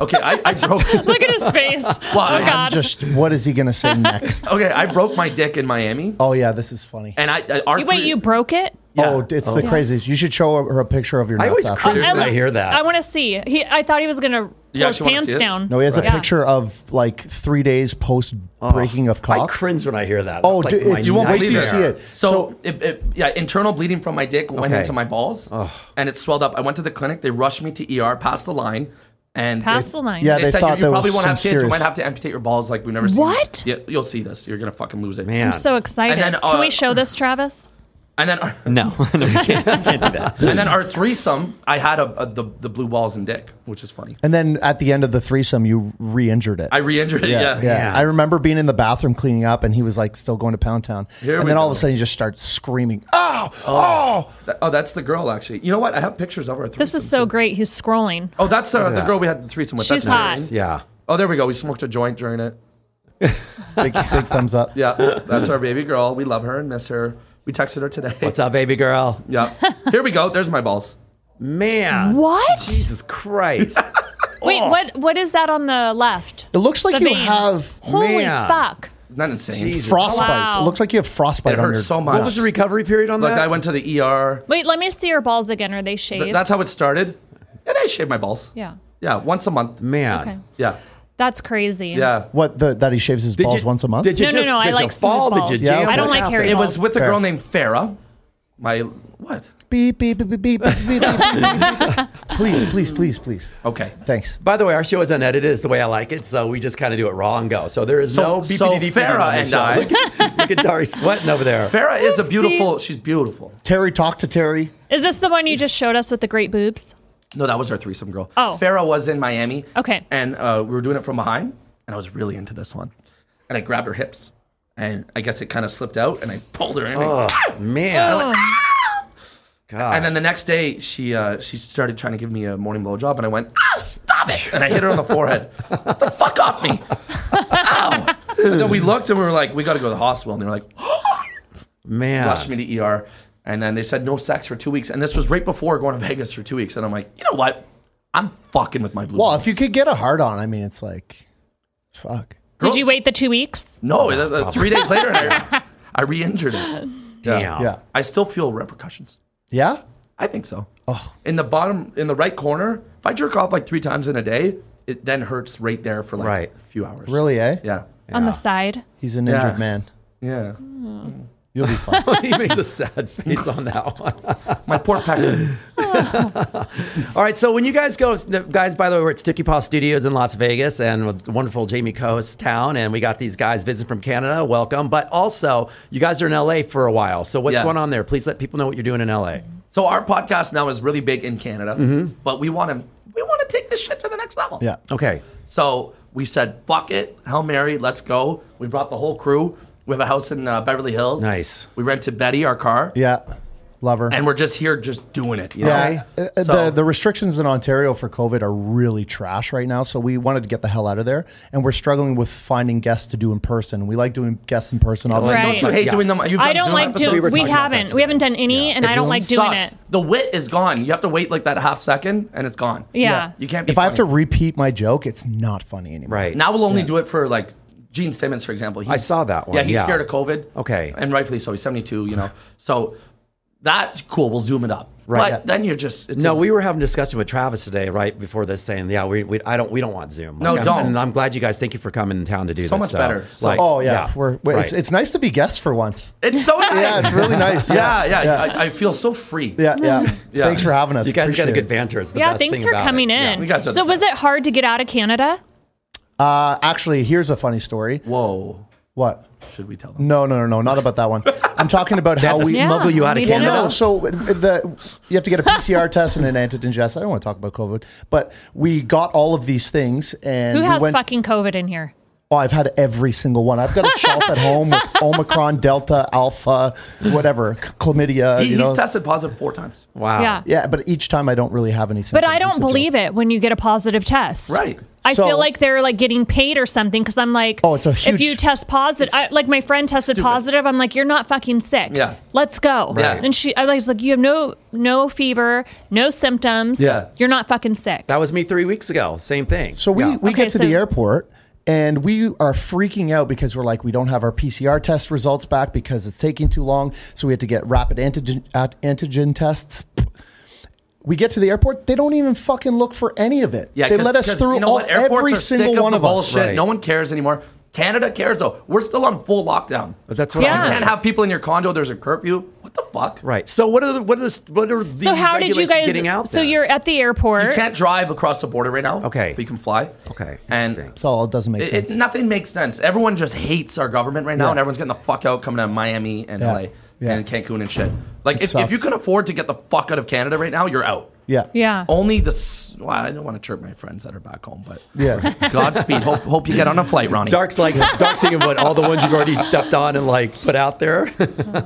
S3: Okay, I, I broke.
S2: Look at his face. oh
S3: I'm
S2: god.
S4: I'm just what is he going to say next?
S3: Okay, I broke my dick in Miami,
S4: Oh yeah, this is funny.
S3: and I, I our
S2: You- Wait,
S3: three-
S2: you broke it?
S4: Oh, it's the craziest. You should show her a picture of your nuts.
S1: I always
S4: after.
S1: cringe
S2: I
S1: when I
S2: lo-
S1: hear that.
S2: I want to see. He, I thought he was gonna pull
S3: You
S2: his
S3: actually wanna see
S2: pants
S3: it?
S2: down.
S4: No, he has a
S2: Yeah.
S4: picture of like three days post
S3: Oh.
S4: breaking of
S1: I
S4: cock.
S1: cringe when I hear that.
S4: Oh,
S1: That's
S4: dude,
S1: my
S4: it's- you won't wait till you
S1: nightmare.
S4: see it.
S3: So,
S4: So-
S3: it, it- yeah, internal bleeding from my dick went
S1: Okay.
S3: into my balls, and it swelled up. I went to the clinic. They rushed me to ER, past the line, and they-
S2: Past the line.
S4: Yeah,
S3: They,
S4: they
S3: said
S4: thought
S3: you, you
S4: there
S3: probably
S4: was
S3: won't
S4: some
S3: have kids. You
S4: serious-
S3: might have to amputate your balls like we've never seen.
S2: What?
S3: Yeah, you'll see this. You're gonna fucking lose it.
S1: Man.
S2: I'm so excited.
S3: And then,
S2: Can
S3: uh,
S2: we show this, Travis?
S3: And then,
S5: No, no, we can't, we can't do that.
S3: and then our threesome, I had a, a the, the blue balls and dick, which is funny.
S4: and then at the end of the threesome, you re-injured it.
S3: I re-injured it.
S4: yeah,
S3: Yeah,
S4: yeah. I remember being in the bathroom cleaning up, and he was like still going to Pound Town,
S3: Here
S4: and
S3: we
S4: then all
S3: go.
S4: of a sudden he just starts screaming, "Oh, oh!"
S3: Th- Oh, that's the girl actually. You know what? I have pictures of our threesome.
S2: This is so great. He's scrolling.
S3: Oh, that's the, the
S1: that.
S3: girl we had the threesome with.
S2: She's
S3: that's
S2: hot.
S3: interesting.
S1: Yeah.
S3: Oh, there we go. We smoked a joint during it.
S4: Big, big thumbs up.
S3: Yeah, that's our baby girl. We love her and miss her. We texted her today.
S1: What's up, baby girl?
S3: Yeah. Here we go. There's my balls.
S1: Man.
S2: What?
S1: Jesus Christ.
S2: Wait, what? What is that on the left?
S4: Oh. It looks like
S2: The
S4: you
S2: veins.
S4: have
S2: Holy
S1: Man.
S2: fuck!
S3: Not insane.
S1: Jesus.
S4: frostbite.
S2: Wow.
S4: It looks like you have frostbite
S3: It
S4: on
S3: hurts
S4: your.
S3: so much.
S1: what was the recovery period on
S3: Like
S1: that?
S3: I went to the ER.
S2: Wait, let me see your balls again. Are they shaved?
S3: Th- that's how it started. And I shave my balls.
S2: yeah.
S3: Yeah, once a month.
S1: Man.
S2: Okay.
S3: Yeah.
S2: That's crazy.
S3: Yeah.
S4: What the, that he shaves his
S1: Did
S4: balls
S1: you,
S4: once a month?
S1: Did you
S2: No, no,
S1: just
S2: no, I
S1: did you
S2: like smooth
S1: fall?
S2: balls.
S1: Did you
S4: Yeah,
S1: jam?
S4: I don't
S1: What
S2: like hairy
S3: It
S1: happened?
S2: balls.
S3: was with a girl
S4: Fair.
S3: named Farah. My what?
S4: beep, beep, beep, beep, beep, beep, beep, beep, beep. Please, please, please, please.
S3: Okay.
S4: Thanks.
S1: By the way, our show is unedited, is the way I like it, so we just kind of do it raw and go. So there is
S3: So-
S1: no BPDD
S3: so Farrah
S1: on
S3: and
S1: this show.
S3: I-
S1: Look at, look at Dari sweating over there.
S3: Farah is a beautiful. She's beautiful.
S4: Terry, talk to Terry.
S2: Is this the one you just showed us with the great boobs?
S3: No, that was our threesome girl.
S2: Oh.
S3: Farah was in Miami.
S2: Okay.
S3: And uh, we were doing it from behind, and I was really into this one. And I grabbed her hips, and I guess it kind of slipped out, and I pulled her in. and-
S1: Man.
S2: Oh,
S1: God.
S3: And then the next day, she uh, she started trying to give me a morning blowjob, and I went, "Ah, stop it!" And I hit her on the forehead. Get the fuck off me! Ow! And then we looked, and we were like, "We got to go to the hospital." And they were like, "Oh,
S1: Man.
S3: "Rushed me to ER." And then they said no sex for two weeks, and this was right before going to Vegas for two weeks. And I'm like, you know what? I'm fucking with my blue.
S4: Well,
S3: balls."
S4: if you could get a hard on, I mean, it's like, fuck.
S2: did you wait Oh, the two weeks?
S3: no, th- th- three days later, I, I re-injured it.
S1: Damn.
S4: Yeah.
S3: I still feel repercussions.
S4: Yeah.
S3: I think so.
S4: Oh.
S3: In the bottom, in the right corner, if I jerk off like three times in a day, it then hurts right there for like
S1: Right.
S3: a few hours.
S4: Really? Eh.
S3: Yeah.
S2: On
S1: Yeah.
S2: the side.
S4: He's an injured
S3: Yeah.
S4: man.
S3: Yeah.
S4: You'll be fine.
S1: he makes a sad face on that one.
S3: My poor pecker.
S1: All right, so when you guys go, guys, by the way, we're at Sticky Paw Studios in Las Vegas and with wonderful Jamie Coast town, and we got these guys visiting from Canada. Welcome. But also, you guys are in LA for a while. So what's
S3: Yeah.
S1: going on there? Please let people know what you're doing in LA.
S3: so our podcast now is really big in Canada, but we want to we want to take this shit to the next level.
S4: Mm-hmm. Yeah.
S1: Okay.
S3: So We said, fuck it, Hail Mary, let's go. We brought the whole crew. We have a house in uh, Beverly Hills.
S1: Nice.
S3: We rented Betty our car.
S4: Yeah, lover.
S3: And we're just here, just doing it. you know?
S4: Yeah, uh, uh,
S3: So-
S4: the the restrictions in Ontario for COVID are really trash right now. So we wanted to get the hell out of there, and we're struggling with finding guests to do in person. We like doing guests in person, obviously.
S2: Right.
S3: Don't you hate
S1: Yeah.
S3: doing them? You've
S2: I
S3: done
S2: don't
S3: Zoom
S2: like
S3: episodes.
S2: doing. We,
S1: were talking about
S2: haven't.
S1: that
S2: We haven't done any, and I don't like doing
S3: sucks.
S2: it.
S3: The wit is gone. You have to wait like that half second, and it's gone.
S2: Yeah.
S3: you can't. Be
S4: If I have to
S3: funny.
S4: repeat my joke, it's not funny anymore.
S1: Right.
S3: now, we'll only do it for like Gene Simmons, for example. He's,
S1: saw that one,
S3: Yeah, he's
S1: yeah.
S3: scared of COVID.
S1: Okay.
S3: and rightfully so. He's seventy-two. You know, so that's cool. We'll zoom it up.
S1: Right.
S3: But then you're just it's
S1: No,
S3: a-
S1: we were having a discussion with Travis today, right before this, saying, "Yeah, we, we I don't we don't want Zoom."
S3: No,
S1: I'm-
S3: don't.
S1: And I'm glad you guys. Thank you for coming in town to do
S3: So
S1: this.
S3: much better. So-
S4: Oh yeah, we're, we're-
S1: right.
S4: it's it's nice to be guests for once.
S3: It's so nice.
S4: Yeah, it's really nice.
S3: yeah, yeah.
S4: yeah,
S3: I, I feel so free.
S4: yeah, yeah. Thanks for having us.
S1: you guys got a
S4: Appreciate
S1: good
S4: it.
S1: banter. It's the
S2: Yeah,
S1: best
S2: thanks
S1: thing
S2: for
S1: about it.
S2: coming
S1: Yeah.
S2: in.
S3: we guys are the
S2: so was it hard to get out of Canada?
S4: Uh, actually, here's a funny story.
S3: Whoa,
S4: What?
S3: should we tell them?
S4: No, no, no, no, not about that one. I'm talking about how
S1: to
S4: we
S1: Yeah. smuggle you out of
S2: we
S1: Canada?
S2: did it.
S4: Well, no. So the you have to get a PCR test and an antigen test. I don't want to talk about COVID, but we got all of these things, and
S2: Who
S4: we
S2: has
S4: went.
S2: fucking COVID in here?
S4: oh, I've had every single one. I've got a shelf at home with Omicron, Delta, Alpha, whatever, c- chlamydia.
S3: He,
S4: you
S3: he's
S4: know.
S3: tested positive four times.
S1: Wow.
S2: Yeah.
S4: yeah, but each time I don't really have any.
S2: But I don't believe it when you get a positive test.
S3: Right.
S2: I
S4: So-
S2: feel like they're like getting paid or something because I'm like,
S4: Oh, it's a huge-
S2: If you test positive, I, like my friend tested
S3: Stupid.
S2: positive, I'm like, you're not fucking sick.
S3: Yeah.
S2: let's go.
S3: Yeah.
S2: And she, I was like, you have no no fever, no symptoms.
S3: Yeah.
S2: you're not fucking sick.
S1: That was me three weeks ago. Same thing.
S4: So we, we
S2: Okay,
S4: get to
S2: so-
S4: the airport and we are freaking out because we're like, we don't have our PCR test results back because it's taking too long. So we had to get rapid antigen, at antigen tests. We get to the airport. They don't even fucking look for any of it. they
S3: 'cause-
S4: let us
S3: 'cause
S4: through
S3: you know
S4: all,
S3: what? Airports
S4: every
S3: are sick
S4: single one
S3: the
S4: of us.
S3: bullshit.
S1: Right.
S3: No one cares anymore. Canada cares though. We're still on full lockdown.
S1: But that's what
S2: Yeah.
S1: I'm
S3: You can't have people in your condo. There's a curfew. What the fuck?
S1: Right. So what are the what are the what are the
S2: So how did you
S1: regulations
S2: guys?
S1: getting out?
S2: so
S1: then?
S2: you're at the
S3: You
S2: airport.
S3: can't drive across the border right now.
S1: Okay.
S3: But you can fly.
S1: Okay,
S3: And
S1: interesting.
S4: So it doesn't make
S3: it,
S4: sense.
S3: it, nothing makes sense. Everyone just hates our government right now,
S4: Yeah.
S3: and everyone's getting the fuck out coming to Miami and
S4: Yeah.
S3: LA
S4: Yeah.
S3: and Cancun and shit. Like, if, if
S4: sucks.
S3: you can afford to get the fuck out of Canada right now, you're out.
S4: yeah.
S2: yeah.
S3: Only the. s- Well, I don't want to chirp my friends that are back home, but
S4: Yeah.
S3: Godspeed. hope, hope you get on a flight, Ronnie.
S1: Dark's like Dark's thinking about all the ones you've already stepped on and like put out there.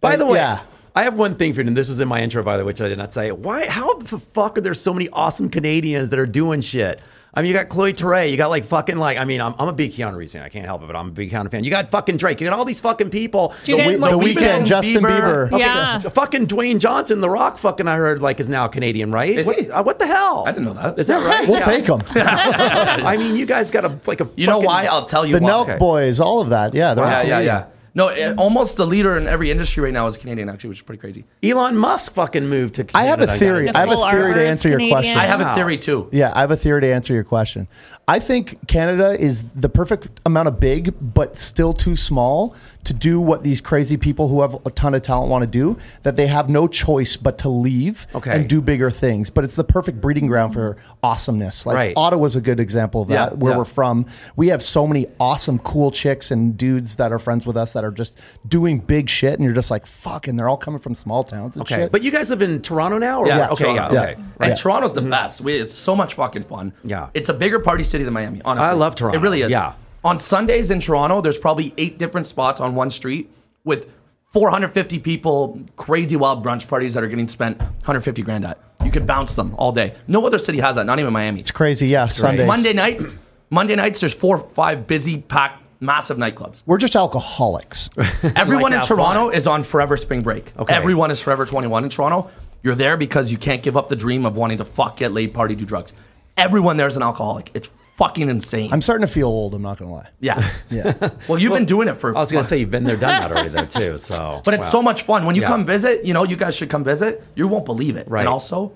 S1: by the way,
S4: Uh, Yeah.
S1: I have one thing for you, and this was in my intro, by the way, which I did not say. Why? How the fuck are there so many awesome Canadians that are doing shit? I mean, you got Chloe Ture, you got like fucking like. I mean, I'm, I'm a big Keanu Reeves fan. I can't help it, but I'm a big Keanu fan. You got fucking Drake. You got all these fucking people.
S2: Do you
S1: The
S2: guys
S1: Wi-
S2: like
S4: The
S2: Bieber,
S4: weekend, Justin Bieber.
S3: Bieber.
S2: yeah.
S1: Fucking Dwayne Johnson, The Rock, fucking I heard like is now Canadian, right?
S3: Is
S1: what,
S3: he?
S1: uh, what the hell?
S3: I didn't know that.
S1: Is that right?
S4: We'll take them.
S1: I mean, you guys got a like a.
S3: You know
S1: fucking-
S3: why? I'll tell you.
S4: The
S3: why.
S4: Nelk
S1: Okay.
S4: boys, all of that. Yeah. they're
S3: Yeah,
S4: all
S3: yeah,
S4: Canadian.
S3: yeah. No, it, almost the leader in every industry right now is Canadian, actually, which is pretty crazy.
S1: Elon Musk fucking moved to.
S4: I have a
S1: Canada, guys.
S4: theory. I have
S2: Full
S4: a theory to
S2: armor is
S4: answer your
S2: Canadian.
S4: question.
S3: I have
S1: Wow.
S3: a theory too.
S4: Yeah, I have a theory to answer your question. I think Canada is the perfect amount of big, but still too small to do what these crazy people who have a ton of talent want to do, that they have no choice but to leave
S1: Okay.
S4: and do bigger things. But it's the perfect breeding ground for awesomeness. Like
S1: Right.
S4: Ottawa's a good example of that,
S3: Yeah,
S4: where
S3: yeah.
S4: we're from. We have so many awesome, cool chicks and dudes that are friends with us that are just doing big shit. And you're just like, fuck, and they're all coming from small towns and
S1: Okay,
S4: shit.
S1: but you guys live in Toronto now, or
S3: Yeah,
S1: okay,
S3: Toronto.
S1: yeah, okay.
S4: Yeah.
S3: And
S4: Yeah.
S3: Toronto's the best. We, it's so much fucking fun.
S1: Mm-hmm. Yeah.
S3: It's a bigger party city than Miami, honestly.
S1: I love Toronto.
S3: It really is.
S1: Yeah.
S3: On Sundays in Toronto, there's probably eight different spots on one street with 450 people, crazy wild brunch parties that are getting spent 150 grand at. You could bounce them all day. No other city has that, not even Miami. It's
S4: crazy, yeah, Sundays.
S3: Monday nights, Monday nights, there's four, five busy, packed, massive nightclubs.
S4: We're just alcoholics.
S3: Everyone
S1: Like
S3: in
S1: that
S3: Toronto
S1: fun.
S3: is on forever spring break.
S1: Okay.
S3: Everyone is forever 21 in Toronto. You're there because you can't give up the dream of wanting to fuck, get laid, party, do drugs. Everyone there is an alcoholic. It's fucking insane.
S4: I'm starting to feel old, I'm not going to lie.
S3: yeah.
S4: Yeah.
S3: Well, you've been doing it for.
S1: I was gonna say you've been there, done that already, though, too. So,
S3: but it's
S1: wow.
S3: so much fun when you
S1: Yeah.
S3: come visit. You know, you guys should come visit. You won't believe it.
S1: Right.
S3: And also,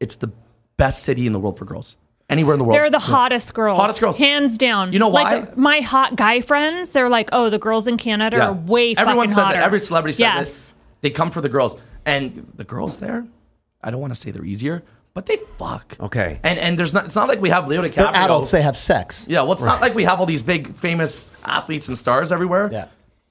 S3: it's the best city in the world for girls. Anywhere in the world,
S2: They're the hottest girls.
S3: Hottest girls.
S2: Hands down.
S3: You know why?
S2: Like my hot guy friends, they're like, oh, the girls in Canada
S3: Yeah.
S2: are way
S3: Everyone
S2: fucking
S3: says
S2: hotter.
S3: it. Every celebrity says
S2: yes.
S3: it. They come for the girls, and the girls there. I don't want to say they're easier, but they fuck.
S1: Okay.
S3: And and there's not. It's not like we have Leo DiCaprio.
S4: They're adults. They have sex.
S3: Yeah, well, it's not like we have all these big famous athletes and stars everywhere.
S4: Yeah.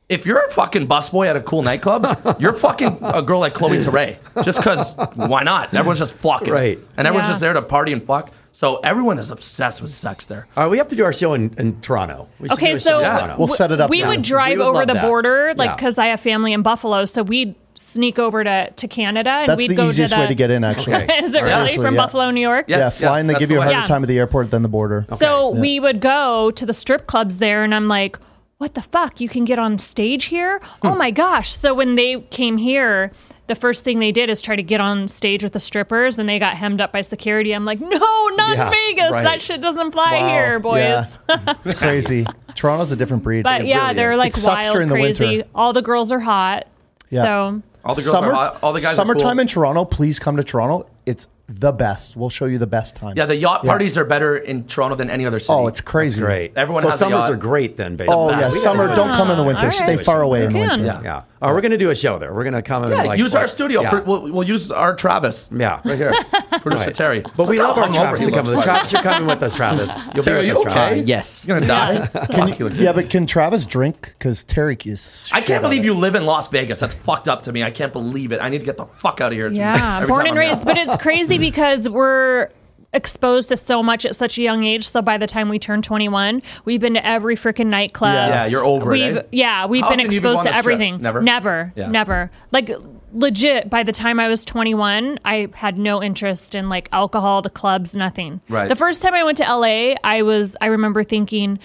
S3: If you're a fucking busboy at a cool nightclub, you're fucking a girl like Chloe Teray. Just because, why not? Everyone's just fucking.
S1: Right.
S3: And everyone's
S2: Yeah.
S3: just there to party and fuck. So everyone is obsessed with sex there.
S1: All right, we have to do our show in, in Toronto. We should
S2: Okay,
S1: do our show
S2: so
S1: in
S3: Yeah.
S1: Toronto.
S4: We'll set it up
S2: We
S4: now.
S2: would drive
S1: We would
S2: over
S1: love
S2: the
S1: that.
S2: border, like
S1: Yeah.
S2: because I have family in Buffalo, so we'd sneak over to, to Canada and
S4: That's
S2: we'd
S4: the
S2: go
S4: easiest
S2: to the,
S4: way to get in, actually.
S2: Is it really
S4: Seriously,
S2: from
S4: yeah.
S2: Buffalo, New York?
S4: Yeah,
S3: Yes, yeah,
S4: flying, they
S3: that's
S4: give you a
S3: the
S4: harder
S3: way.
S4: time at the airport than the border.
S2: So
S4: Yeah.
S2: we would go to the strip clubs there, and I'm like, what the fuck? You can get on stage here?
S4: Hmm.
S2: Oh my gosh. So when they came here, the first thing they did is try to get on stage with the strippers, and they got hemmed up by security. I'm like, no, not
S1: Yeah,
S2: Vegas.
S1: right.
S2: That shit doesn't fly
S4: Wow.
S2: here, boys.
S4: Yeah. it's crazy. Toronto's a different breed.
S2: But yeah,
S1: really
S2: they're
S1: is.
S2: like
S4: It sucks
S2: wild,
S4: during the winter.
S2: crazy. All the girls are hot.
S4: Yeah.
S2: So
S3: All the girls
S4: Summer-
S3: are hot. All the guys
S4: summertime
S3: are cool.
S4: in Toronto, please come to Toronto. It's the best. We'll show you the best time.
S3: Yeah, the yacht parties are better in Toronto than any other city.
S4: Oh, it's crazy.
S1: Great.
S3: Everyone
S1: so
S3: has a
S1: summers
S3: yacht.
S1: are great then, basically.
S4: Oh, yeah.
S1: We gotta
S4: Summer,
S1: do
S4: don't
S1: that.
S4: come in the winter.
S2: All right.
S4: Stay far away
S2: You
S4: in the
S2: can.
S4: winter.
S3: Yeah.
S1: Yeah. All right, we're going to do a show there. We're going to come and
S3: Yeah,
S1: like,
S3: use
S1: like-
S3: our studio.
S1: Yeah.
S3: Pr- We'll, we'll use our Travis,
S1: yeah.
S3: right here, producer
S1: Right.
S3: Terry.
S1: But we love
S3: Look how
S1: our
S3: hungover
S1: Travis
S3: he
S1: to come
S3: looks
S1: with us.
S3: like.
S1: Travis, you're coming with us, Travis. You'll
S3: Terry,
S1: be with
S3: are you
S1: us,
S3: okay?
S1: Travis.
S5: Uh, yes.
S3: You're gonna die. Fuck, he looks
S4: Yeah, but can Travis drink? Because Terry is.
S3: I
S4: shit
S3: can't
S4: on
S3: believe
S4: it.
S3: you live in Las Vegas. That's fucked up to me. I can't believe it. I need to get the fuck out of here. It's-
S2: Yeah,
S3: every
S2: born
S3: time
S2: and
S3: I'm
S2: raised.
S3: out.
S2: But it's crazy because we're exposed to so much at such a young age. So by the time we turn 21, we've been to every freaking nightclub.
S4: Yeah.
S3: Yeah, you're over it,
S2: we've,
S3: eh?
S2: Yeah, we've
S3: How
S2: been
S3: often have you been
S2: exposed
S3: on
S2: to
S3: the strip?
S2: everything.
S3: Never?
S2: Never.
S3: Yeah.
S2: Never. Like legit by the time I was 21, I had no interest in like alcohol, the clubs, nothing.
S3: Right.
S2: The first time I went to LA, I was I remember thinking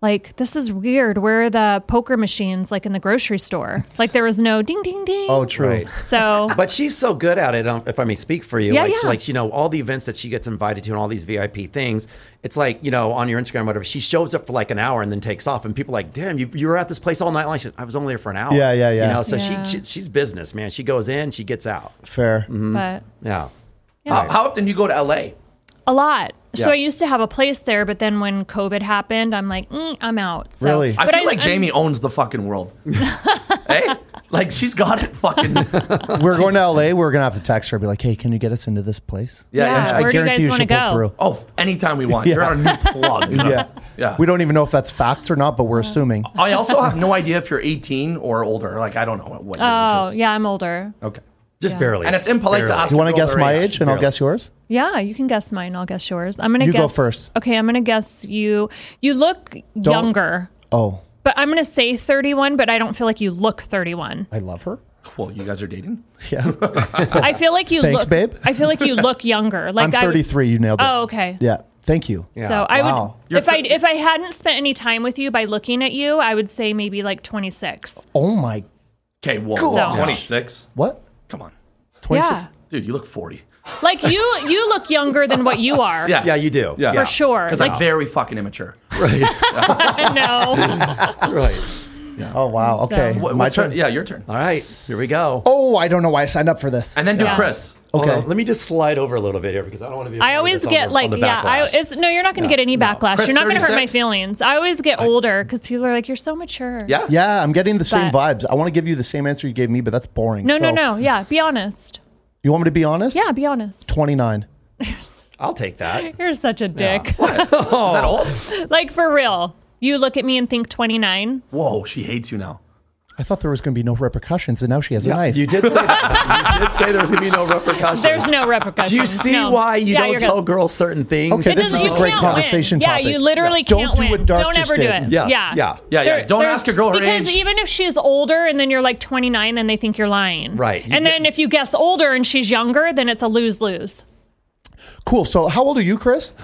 S2: like this is weird. Where are the poker machines like in the grocery store? Like there was no ding ding ding.
S4: Oh, true.
S1: Right.
S2: so
S1: But she's so good at it. um, If I may speak for you,
S2: Yeah,
S1: like,
S2: yeah.
S1: like you know, all the events that she gets invited to and all these VIP things, it's like you know, on your Instagram, whatever. She shows up for like an hour and then takes off, and people are like, damn, you, you were at this place all night long. She said, I was only there for an hour.
S4: Yeah, yeah, yeah.
S1: You know, so
S2: Yeah.
S1: She, she she's business, man. She goes in, she gets out.
S4: Fair.
S3: Mm-hmm.
S2: but
S1: Yeah.
S3: How, how often do you go to LA?
S2: A lot. So
S3: Yeah.
S2: I used to have a place there, but then when COVID happened, I'm like, mm, I'm out. So,
S4: Really?
S3: I
S2: but
S3: feel like
S2: I'm-
S3: Jamie owns the fucking world. hey, like she's got it. Fucking yeah,
S4: We're going to LA. We're gonna have to text her. and Be like, hey, can you get us into this place?
S2: Yeah.
S4: I
S2: Where do you
S4: guarantee
S2: guys
S4: you,
S2: wanna
S4: she'll pull
S2: go?
S4: through.
S3: Oh, anytime we want. You're our new plug.
S4: Yeah.
S3: yeah. Oh,
S4: We don't even know if that's facts or not, but we're assuming.
S3: I also have no idea if you're 18 or older. Like I don't know what. your age
S2: Oh,
S3: is.
S2: yeah, I'm older.
S3: Okay.
S1: Just barely.
S3: And it's impolite to
S1: Barely.
S3: ask.
S4: Do you want to
S3: Girl
S4: guess
S3: their
S4: my
S3: age.
S4: age and I'll
S1: Yeah.
S4: guess yours?
S2: Yeah, you can guess mine. I'll guess yours. I'm gonna
S4: You
S2: guess
S4: go first.
S2: Okay, I'm gonna guess you. You look younger,
S4: Oh,
S2: but I'm gonna say 31. But I don't feel like you look 31.
S4: I love her.
S3: Well, you guys are dating.
S4: Yeah.
S2: I feel like you
S4: Thanks,
S2: look.
S4: babe.
S2: I feel like you look younger. Like
S4: I'm
S2: I-
S4: 33. You nailed it.
S2: Oh, okay.
S4: Yeah. Thank you.
S1: Yeah.
S2: So I
S4: Wow.
S2: would, if I if I hadn't spent any time with you by looking at you, I would say maybe like 26.
S4: Oh my.
S3: Okay, whoa,
S2: So-
S3: 26.
S4: What?
S3: Come on,
S4: 26.
S2: Yeah.
S3: dude, you look 40.
S2: Like you, you look younger than what you are.
S3: Yeah,
S1: Yeah, you do.
S3: Yeah.
S2: for sure.
S3: Because
S2: Like,
S3: I'm very fucking immature.
S2: no,
S1: Right.
S4: Oh wow. Okay.
S2: So-
S3: What,
S4: my
S3: what's your-
S4: turn.
S3: Yeah, your turn.
S1: All right. Here we go.
S4: Oh, I don't know why I signed up for this.
S3: And then do
S2: Yeah.
S3: Chris.
S1: Hold
S4: Okay.
S1: on, Let me just slide over a little bit here because I don't want to be.
S2: I always get like, yeah, I, it's, no, you're not going to get any backlash.
S3: Chris,
S2: you're not going to hurt my
S3: 36?
S2: feelings. I always get older because people are like, you're so mature.
S3: Yeah.
S4: yeah, I'm getting the same
S2: But-
S4: vibes. I want to give you the same answer you gave me, but that's boring.
S2: No, no,
S4: So,
S2: no. Yeah. Be honest.
S4: You want me to be honest?
S2: Yeah. Be honest.
S4: 29.
S1: I'll take that.
S2: You're such a dick.
S3: Is that
S2: Oh.
S3: old?
S2: like for real. You look at me and think 29.
S3: Whoa, she hates you now.
S4: I thought there was going to be no repercussions, and now she has a
S1: Yeah,
S4: knife.
S1: You did say that. you did say there was gonna be no repercussions.
S2: There's no repercussions.
S1: Do you see
S2: No.
S1: why you
S2: Yeah,
S1: don't
S2: you're
S1: tell
S2: good.
S1: girls certain things?
S4: Okay,
S2: It
S4: This
S2: doesn't-
S4: is a
S2: you
S4: great
S2: can't
S4: conversation
S2: win.
S4: topic.
S2: Yeah, you literally
S4: Don't
S2: can't
S4: do
S2: win.
S4: what Dark
S2: don't
S4: just
S2: ever do
S4: did.
S2: it.
S1: Yes,
S2: Yeah.
S1: yeah.
S3: Yeah, yeah. Don't
S2: there's-
S3: ask a girl her
S2: because
S3: age.
S2: even if she's older and then you're like 29, then they think you're lying.
S1: Right. You
S2: and then
S1: get-
S2: if you guess older and she's younger, then it's a lose lose.
S4: Cool. So, how old are you, Chris?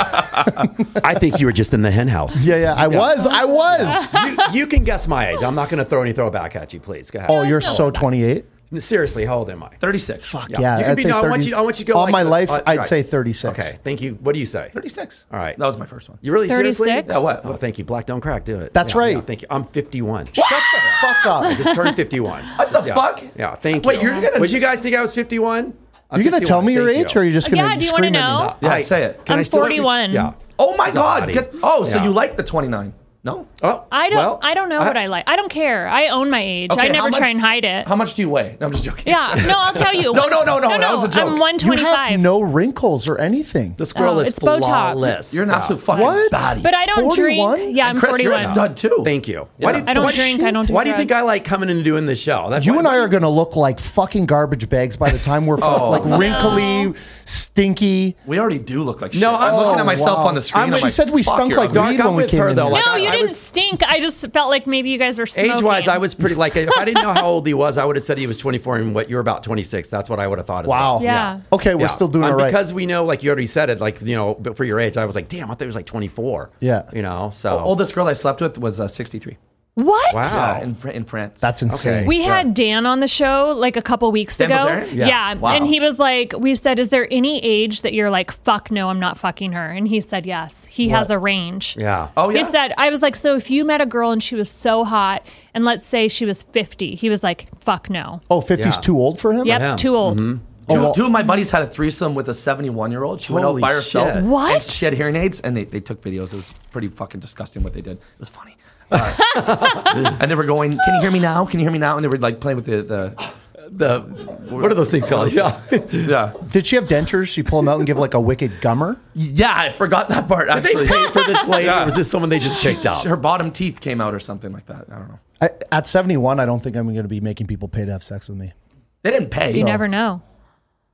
S1: I think you were just in the hen house.
S4: Yeah, yeah. I was. I was.
S1: You, you can guess my age. I'm not gonna throw any throwback at you. Please go ahead.
S4: Oh, you're so 28.
S1: seriously. How old am I?
S3: 36. Fuck
S4: Yeah,
S1: you can
S4: I'd
S1: be.
S4: say
S1: No, I want
S4: 30.
S1: you. I want you to go.
S4: All
S1: like
S4: my
S1: the-
S4: life,
S1: uh,
S4: I'd
S1: right.
S4: say 36.
S1: Okay. Thank you. What do you say?
S3: 36.
S1: All right.
S3: That was my first one.
S1: You really seriously?
S2: 36? Yeah,
S3: what?
S1: Oh, thank you. Black don't crack. Do it.
S4: That's
S1: Yeah,
S4: right.
S1: yeah, thank you. I'm 51.
S4: Shut the fuck up.
S1: Just turned 51.
S3: What the
S1: yeah.
S3: fuck?
S1: Yeah, thank
S3: Wait,
S1: you.
S3: you're gonna-
S1: Would you guys think I was 51? I'm
S4: You gonna tell
S1: 51,
S4: me your
S1: thank
S4: age, or are you just gonna
S2: Yeah, do you wanna
S4: scream at me?
S2: know?
S3: Yeah, say it.
S1: Can
S2: I'm
S1: I still speak-
S2: 41.
S1: Yeah.
S3: Oh my
S1: It's a
S3: God.
S1: body.
S3: Get, oh, so
S1: Yeah.
S3: you like the 29. No.
S1: Oh,
S2: I don't.
S1: well,
S2: I don't know what I like. I don't care. I own my age. I
S3: how
S2: never
S3: much-
S2: try and hide it.
S3: How much do you weigh? No, I'm just joking.
S2: yeah. No, I'll tell you.
S3: No, no, no, no, that was a joke.
S2: I'm
S3: You
S4: You have
S2: 125.
S4: no wrinkles or anything.
S1: The squirrel
S2: Oh,
S1: is
S2: it's Botox.
S1: flawless.
S3: You're an absolute
S1: Wow.
S3: fucking
S4: What?
S3: baddie.
S2: but I don't
S4: 41?
S2: drink. Yeah, I'm
S3: Chris, you're a
S2: 41.
S3: stud too.
S1: Thank you.
S3: Yeah.
S1: you
S2: I don't
S1: why-
S2: drink. I don't do
S1: Why do you
S2: drugs.
S1: think I like coming in and doing this show? That's
S4: You
S1: why-
S4: and I are going to look like fucking garbage bags by the time we're like wrinkly, stinky.
S3: We already do look like shit.
S1: No,
S3: I'm
S1: I'm-
S3: looking at myself
S4: wow.
S3: on the screen.
S1: I'm-
S3: I'm
S1: she
S3: like,
S4: said we
S3: fuck,
S4: stunk
S3: you're
S4: like
S3: ugly.
S1: Dark,
S4: weed when
S1: I'm
S4: we
S1: with
S4: came
S1: her
S4: in
S1: though.
S4: here.
S1: Like,
S2: No,
S1: I-
S2: you
S1: I
S2: didn't
S1: was-
S2: stink. I just felt like maybe you guys are smoking.
S1: Age wise, I was pretty like if I didn't know how old he was, I would have said he was 24 and what you're about 26. That's what I would have thought. As
S4: Wow.
S1: Well.
S2: Yeah.
S4: Okay, we're
S1: Yeah.
S4: still doing
S1: Um,
S4: all right.
S1: because we know, like you already said it, like you know, but for your age, I was like, damn, I thought he was like 24.
S4: Yeah.
S1: you know, so
S3: Oldest girl I slept with was uh, 63.
S2: What?
S1: Wow.
S3: Yeah, in, Fr- in France.
S4: That's insane.
S2: We had Dan on the show like a couple weeks
S3: Dan
S2: ago.
S3: Bilzerian?
S2: Yeah.
S3: Yeah. Wow.
S2: And he was like, we said, is there any age that you're like, fuck no, I'm not fucking her? And he said, yes. He has a range.
S1: yeah.
S3: Oh yeah.
S2: He said, I was like, so if you met a girl and she was so hot, and let's say she was 50, he was like, fuck no.
S4: Oh, 50's
S1: Yeah.
S4: too old for him?
S2: yep,
S1: him.
S2: too old.
S3: Two,
S4: well-
S3: two of my buddies had a threesome with a 71 year old. She went
S1: Oh, Holy
S3: out by herself.
S1: shit.
S3: and
S2: What?
S3: She had hearing aids and they, they took videos. It was pretty fucking disgusting what they did. It was funny. Uh, and they were going, Can you hear me now? Can you hear me now? And they were like playing with the. the
S1: The what are those things called? Yeah,
S3: yeah.
S4: Did she have dentures? She pull them out and give like a wicked gummer?
S3: Yeah, I forgot that part
S1: they
S3: actually.
S1: paid for this lady.
S3: Yeah.
S1: Or was this someone they just kicked out?
S3: Her bottom teeth came out or something like that. I don't know.
S4: I, at 71, I don't think I'm going to be making people pay to have sex with me.
S3: They didn't pay.
S2: You never know.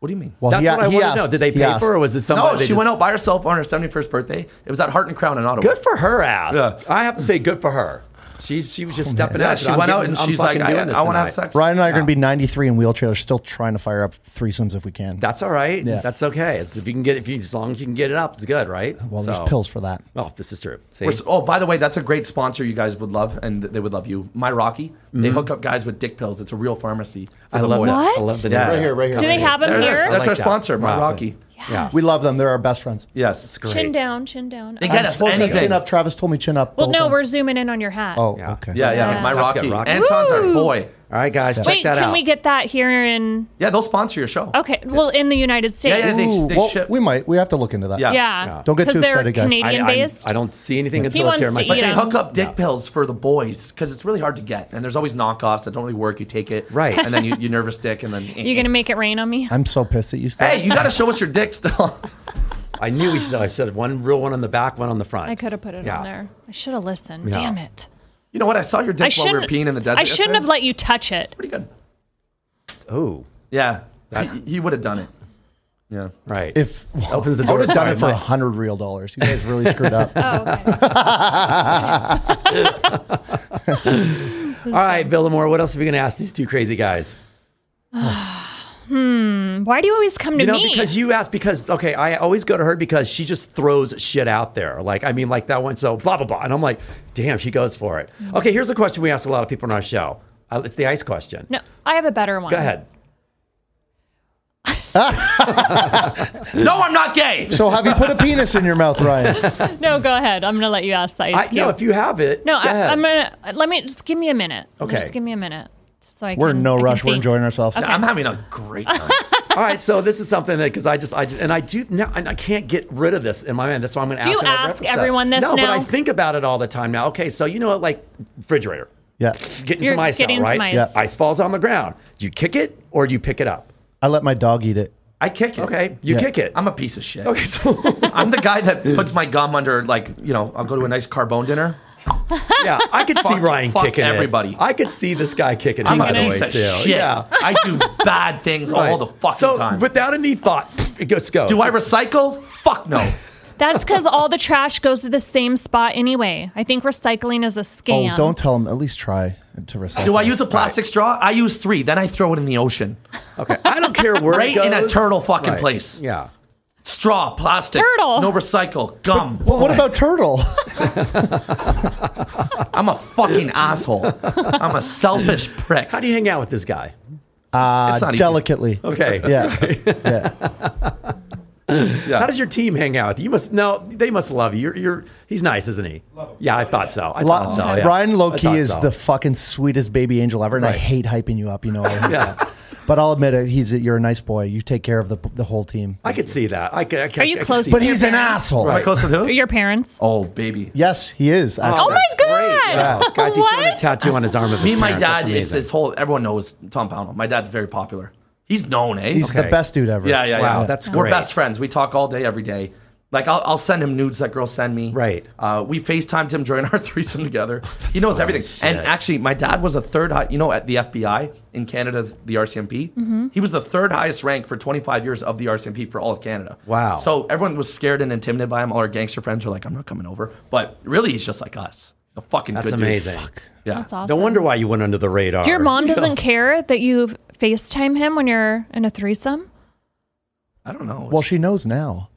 S3: What do you mean?
S4: Well,
S1: That's
S4: he-
S1: what I
S4: he
S1: want
S4: asked-
S1: to know. Did they
S4: he
S1: pay
S4: asked.
S1: for, or was it somebody?
S3: no,
S1: they
S3: she went
S1: just-
S3: out by herself on her 71st birthday. It was at Heart and Crown in Ottawa.
S1: Good for her ass.
S3: Yeah.
S1: I have to say, good for her. She Oh, she was just stepping
S3: Yeah,
S1: out.
S3: she
S1: I'm
S3: went out
S1: getting-
S3: and
S1: I'm
S3: she's like,
S1: fucking
S3: I,
S1: doing this
S3: I want to
S1: tonight."
S3: have sex.
S4: Ryan and I are going to be 93 in wheelchairs, still trying to fire up threesomes if we can.
S1: That's all right.
S4: Yeah.
S1: That's okay. It's, if you can get if you as long as you can get it up, it's good, right?
S4: well,
S1: So-
S4: there's pills for that.
S1: Oh, this is true. See?
S3: We're s- oh, by the way, that's a great sponsor you guys would love, and th- they would love you. My Rocky, they hook up guys with dick pills. It's a real pharmacy. for
S1: Mm-hmm. I
S3: the
S1: love
S3: boys.
S1: it.
S2: What?
S1: I love the
S3: Yeah.
S1: name.
S3: Right here,
S4: right here.
S2: Do they have them
S3: There it is.
S2: here?
S3: That's
S1: like
S3: our
S1: that.
S3: sponsor, My
S1: Wow.
S3: Rocky.
S1: Yeah.
S4: We love them. They're our best friends.
S3: Yes.
S1: It's
S2: Chin
S1: great.
S2: down, chin down.
S3: They get
S4: I'm
S3: us
S4: supposed to have
S3: anything.
S4: chin up. Travis told me chin up. the
S2: well,
S4: whole
S2: no,
S4: time.
S2: we're zooming in on your hat.
S4: Oh,
S1: Yeah.
S4: okay.
S3: Yeah, yeah.
S2: Yeah.
S3: My
S1: That's
S3: Rocky.
S1: good, Rocky.
S3: Anton's our
S2: Woo!
S3: boy.
S1: All right, guys, check
S2: Wait,
S1: that
S2: can
S1: out.
S2: we get that here in?
S3: Yeah, they'll sponsor your show.
S2: Okay, well, in the United States.
S3: yeah, they-
S4: Ooh,
S3: they
S4: well,
S3: ship-
S4: we might. We have to look into that.
S3: Yeah.
S2: Yeah.
S4: Don't get
S2: 'Cause
S4: too
S2: they're
S4: excited, guys. I-
S1: I,
S2: Canadian
S1: I'm-
S2: based.
S1: I don't see anything until it's
S2: wants
S1: here. in
S2: to
S1: my
S2: eat
S3: But
S1: face.
S3: they
S2: Yeah.
S3: hook up dick pills for the boys because it's really hard to get, and there's always knockoffs that don't really work. You take it,
S1: Right.
S3: and then you, you nervous dick, and then
S2: You're gonna make it rain on me.
S4: I'm so pissed at you. Still.
S3: Hey, you got to show us your dick still.
S1: I knew we should. I said one real one on the back, one on the front.
S2: I could have put it
S1: Yeah.
S2: on there. I should have listened.
S1: Yeah.
S2: Damn it.
S3: you know what? I saw your
S2: I
S3: dick while we
S2: shouldn't.
S3: were peeing in the desert.
S2: I shouldn't have
S3: yesterday.
S2: let you touch it.
S3: Pretty good.
S1: Oh,
S3: Yeah, he, he would have done it. Yeah.
S1: right.
S4: If
S1: opens the
S4: I
S1: door.
S4: would have done
S1: Sorry,
S4: it for
S1: Mike.
S4: a hundred real dollars. You guys really screwed up.
S1: All right, Bill Lamore. What else are we going to ask these two crazy guys?
S2: Why do you always come to
S1: You know,
S2: me?
S1: because you asked because okay, I always go to her because she just throws shit out there. Like I mean, like that one. So blah blah blah, and I'm like, damn, she goes for it.
S2: Mm-hmm.
S1: Okay, here's a question we asked a lot of people on our show. Uh, it's the ice question.
S2: no, I have a better one.
S1: Go ahead.
S3: No, I'm not gay.
S4: so have you put a penis in your mouth, Ryan?
S2: No, go ahead. I'm gonna let you ask that.
S1: I, no, if you have it.
S2: no,
S1: go
S2: I,
S1: ahead.
S2: I'm gonna let me just give me a minute.
S1: Okay.
S2: just give me a minute. So I
S4: We're
S2: can-
S4: in
S2: I
S4: no
S2: can
S4: rush. We're
S2: think.
S4: enjoying ourselves.
S3: I'm having a great time.
S1: All right, so this is something that because I just I just, and I do now and I can't get rid of this in my mind. That's why I'm going to
S2: Do
S1: ask.
S2: you
S1: in every
S2: ask
S1: episode.
S2: everyone this
S1: No, but
S2: now?
S1: I think about it all the time now. Okay, so you know what, like refrigerator,
S4: Yeah.
S1: getting
S2: You're
S1: some ice out,
S2: getting some
S1: right?
S2: ice. Yeah.
S1: Ice falls on the ground. Do you kick it or do you pick it up?
S4: I let my dog eat it.
S3: I kick it.
S1: Okay, you
S4: Yeah.
S1: kick it.
S3: I'm a piece of shit.
S1: okay, so
S3: I'm the guy that puts my gum under, like, you know, I'll go to a nice carbone dinner.
S1: yeah, I could see
S3: Fuck-
S1: Ryan
S3: fuck
S1: kicking it.
S3: everybody.
S1: I could see this guy kicking it.
S3: I'm
S1: by
S3: a
S1: the way,
S3: piece of
S1: too.
S3: shit.
S1: Yeah.
S3: I do bad things all the fucking
S1: so,
S3: time.
S1: without any thought, it just goes.
S3: do I recycle? Fuck no.
S2: That's because all the trash goes to the same spot anyway. I think recycling is a scam.
S4: Oh, don't tell him. At least try to recycle.
S3: Do I use a plastic straw? I use three. Then I throw it in the ocean.
S1: Okay, I don't care where
S3: Right
S1: it goes.
S3: in a turtle fucking
S1: Right.
S3: place.
S1: Yeah.
S3: Straw, plastic.
S2: Turtle.
S3: No recycle. Gum.
S4: Well, what about turtle?
S3: I'm a fucking asshole. I'm a selfish prick. Uh,
S1: How do you hang out with this guy?
S3: it's not easy.
S4: Delicately.
S1: Okay.
S4: Yeah. yeah.
S3: Yeah.
S1: How does your team hang out? You must no, they must love you. You're, you're he's nice, isn't he? Yeah, I thought so. I
S4: Lo-
S1: thought so. yeah.
S4: Ryan
S1: I
S4: Loki
S1: thought
S4: is
S1: so.
S4: the fucking sweetest baby angel ever, and I
S1: Right.
S4: hate hyping you up. You know. I hate
S1: Yeah.
S4: that. But I'll admit it. He's a, you're a nice boy. You take care of the the whole team.
S1: I could see that. I could. I could
S2: Are you
S1: I could
S2: close
S1: see
S2: to
S4: But he's an asshole.
S3: Am I close to who?
S2: Your parents.
S3: Oh, baby.
S4: Yes, he is.
S2: Oh, my
S4: Actually.
S1: That's
S2: god!
S1: great. Wow. Guys, he's showing a
S2: what?
S1: tattoo on his arm of his
S3: Me and my
S1: parents. That's
S3: dad, it's
S1: amazing.
S3: this whole, everyone knows Tom Pownell. My dad's very popular. He's known, eh?
S4: He's
S1: Okay.
S4: the best dude ever.
S3: Yeah, yeah,
S1: Wow,
S3: yeah.
S1: that's
S3: We're
S1: great.
S3: best friends. We talk all day, every day. Like I'll, I'll send him nudes that girls send me.
S1: Right. Oh,
S3: Uh, we FaceTimed him during our threesome together. he knows everything.
S1: shit.
S3: And actually, my dad was a third high. You know, at the FBI in Canada, the RCMP,
S1: Mm-hmm.
S3: he was the third highest rank for 25 years of the RCMP for all of Canada.
S1: Wow.
S3: So everyone was scared and intimidated by him. All our gangster friends were like, "I'm not coming over," but really, he's just like us. A fucking
S1: That's
S3: good dude.
S1: amazing.
S3: Yeah.
S2: That's awesome.
S1: No wonder why you went under the radar.
S2: Your mom doesn't care that you FaceTime him when you're in a threesome.
S3: I don't know.
S4: Well, she knows now.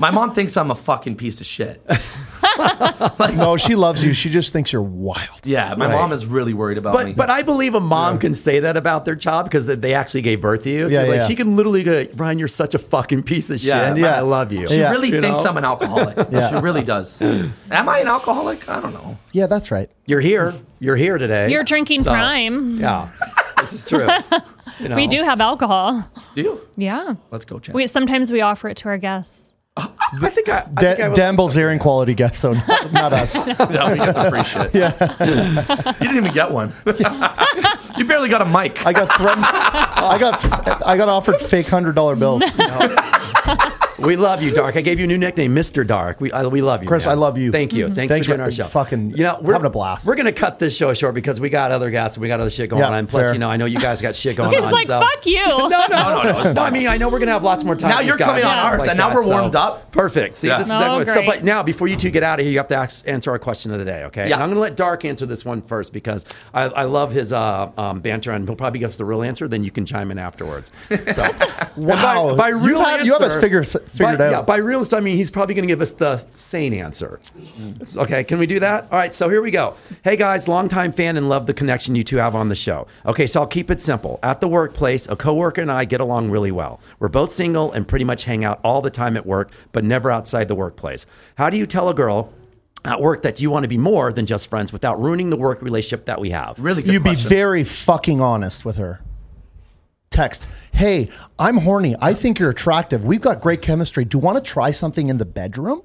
S3: my mom thinks I'm a fucking piece of shit.
S4: No, she loves you. She just thinks you're wild.
S3: Yeah. My
S1: Right.
S3: mom is really worried about me.
S1: But but I believe a mom can say that about their child because they- they actually gave birth to you. So
S4: Yeah,
S1: like
S4: yeah.
S1: she can literally go, Ryan, you're such a fucking piece of
S3: Yeah.
S1: shit.
S3: Yeah.
S1: I love you.
S3: She
S4: Yeah.
S3: really
S1: You
S3: thinks
S1: know?
S3: I'm an alcoholic.
S4: Yeah.
S3: She really does. Am I an alcoholic? I don't know.
S4: Yeah, that's right.
S1: You're here. You're here today.
S2: You're drinking
S1: So,
S2: prime.
S1: Yeah. This is true. You know?
S2: We do have alcohol.
S3: Do you?
S2: Yeah.
S3: Let's go, Chad.
S2: We sometimes we offer it to our guests.
S1: I think I, I,
S4: Da-
S1: think I would-
S4: Dan Bilzerian quality guest, though, not, not us.
S3: No, we get the free shit. Yeah. you didn't even get one. you barely got a mic.
S4: I got threatened. I got I got offered fake hundred dollar bills.
S1: we love you, Dark. I gave you a new nickname, Mr. Dark. We I, we love you.
S4: Chris,
S1: man.
S4: I love you.
S1: Thank you.
S4: Mhm.
S1: Thanks,
S4: Thanks
S1: for doing
S4: for
S1: our show.
S4: fucking
S1: we're
S4: having a blast.
S1: We're gonna cut this show short because we got other guys and we got other shit going
S4: Yeah,
S1: on. Plus,
S4: fair.
S1: you know, I know you guys got shit going
S2: He's
S1: on.
S2: like,
S1: so-
S2: fuck you.
S1: No, no,
S3: no, no, it's
S1: no. I mean, I know we're gonna have lots more time.
S3: Now
S1: with
S3: you're
S1: these
S3: coming
S1: guys
S3: on ours, and now we're warmed up.
S1: Perfect. See,
S3: Yeah.
S1: this is
S2: Oh,
S1: exactly so.
S2: great.
S1: But now, before you two get out of here, you have to ask, answer our question of the day, okay?
S3: Yeah.
S1: And I'm gonna let Dark answer this one first because I, I love his uh, um, banter, and he'll probably give us the real answer. Then you can chime in afterwards. So,
S4: Wow,
S1: by, by real
S4: you have, you have us
S1: answer-
S4: figure, figured
S1: by,
S4: out.
S1: Yeah, by real, I mean he's probably going to give us the sane answer. Okay, can we do that? All right, so here we go. Hey guys, longtime fan and love the connection you two have on the show. Okay, so I'll keep it simple. At the workplace, a coworker and I get along really well. We're both single and pretty much hang out all the time at work, but never outside the workplace. How do you tell a girl? At work, that you want to be more than just friends without ruining the work relationship that we have.
S3: really good
S4: you be
S3: question.
S4: very fucking honest with her. Text, hey, I'm horny. I think you're attractive. We've got great chemistry. Do you want to try something in the bedroom?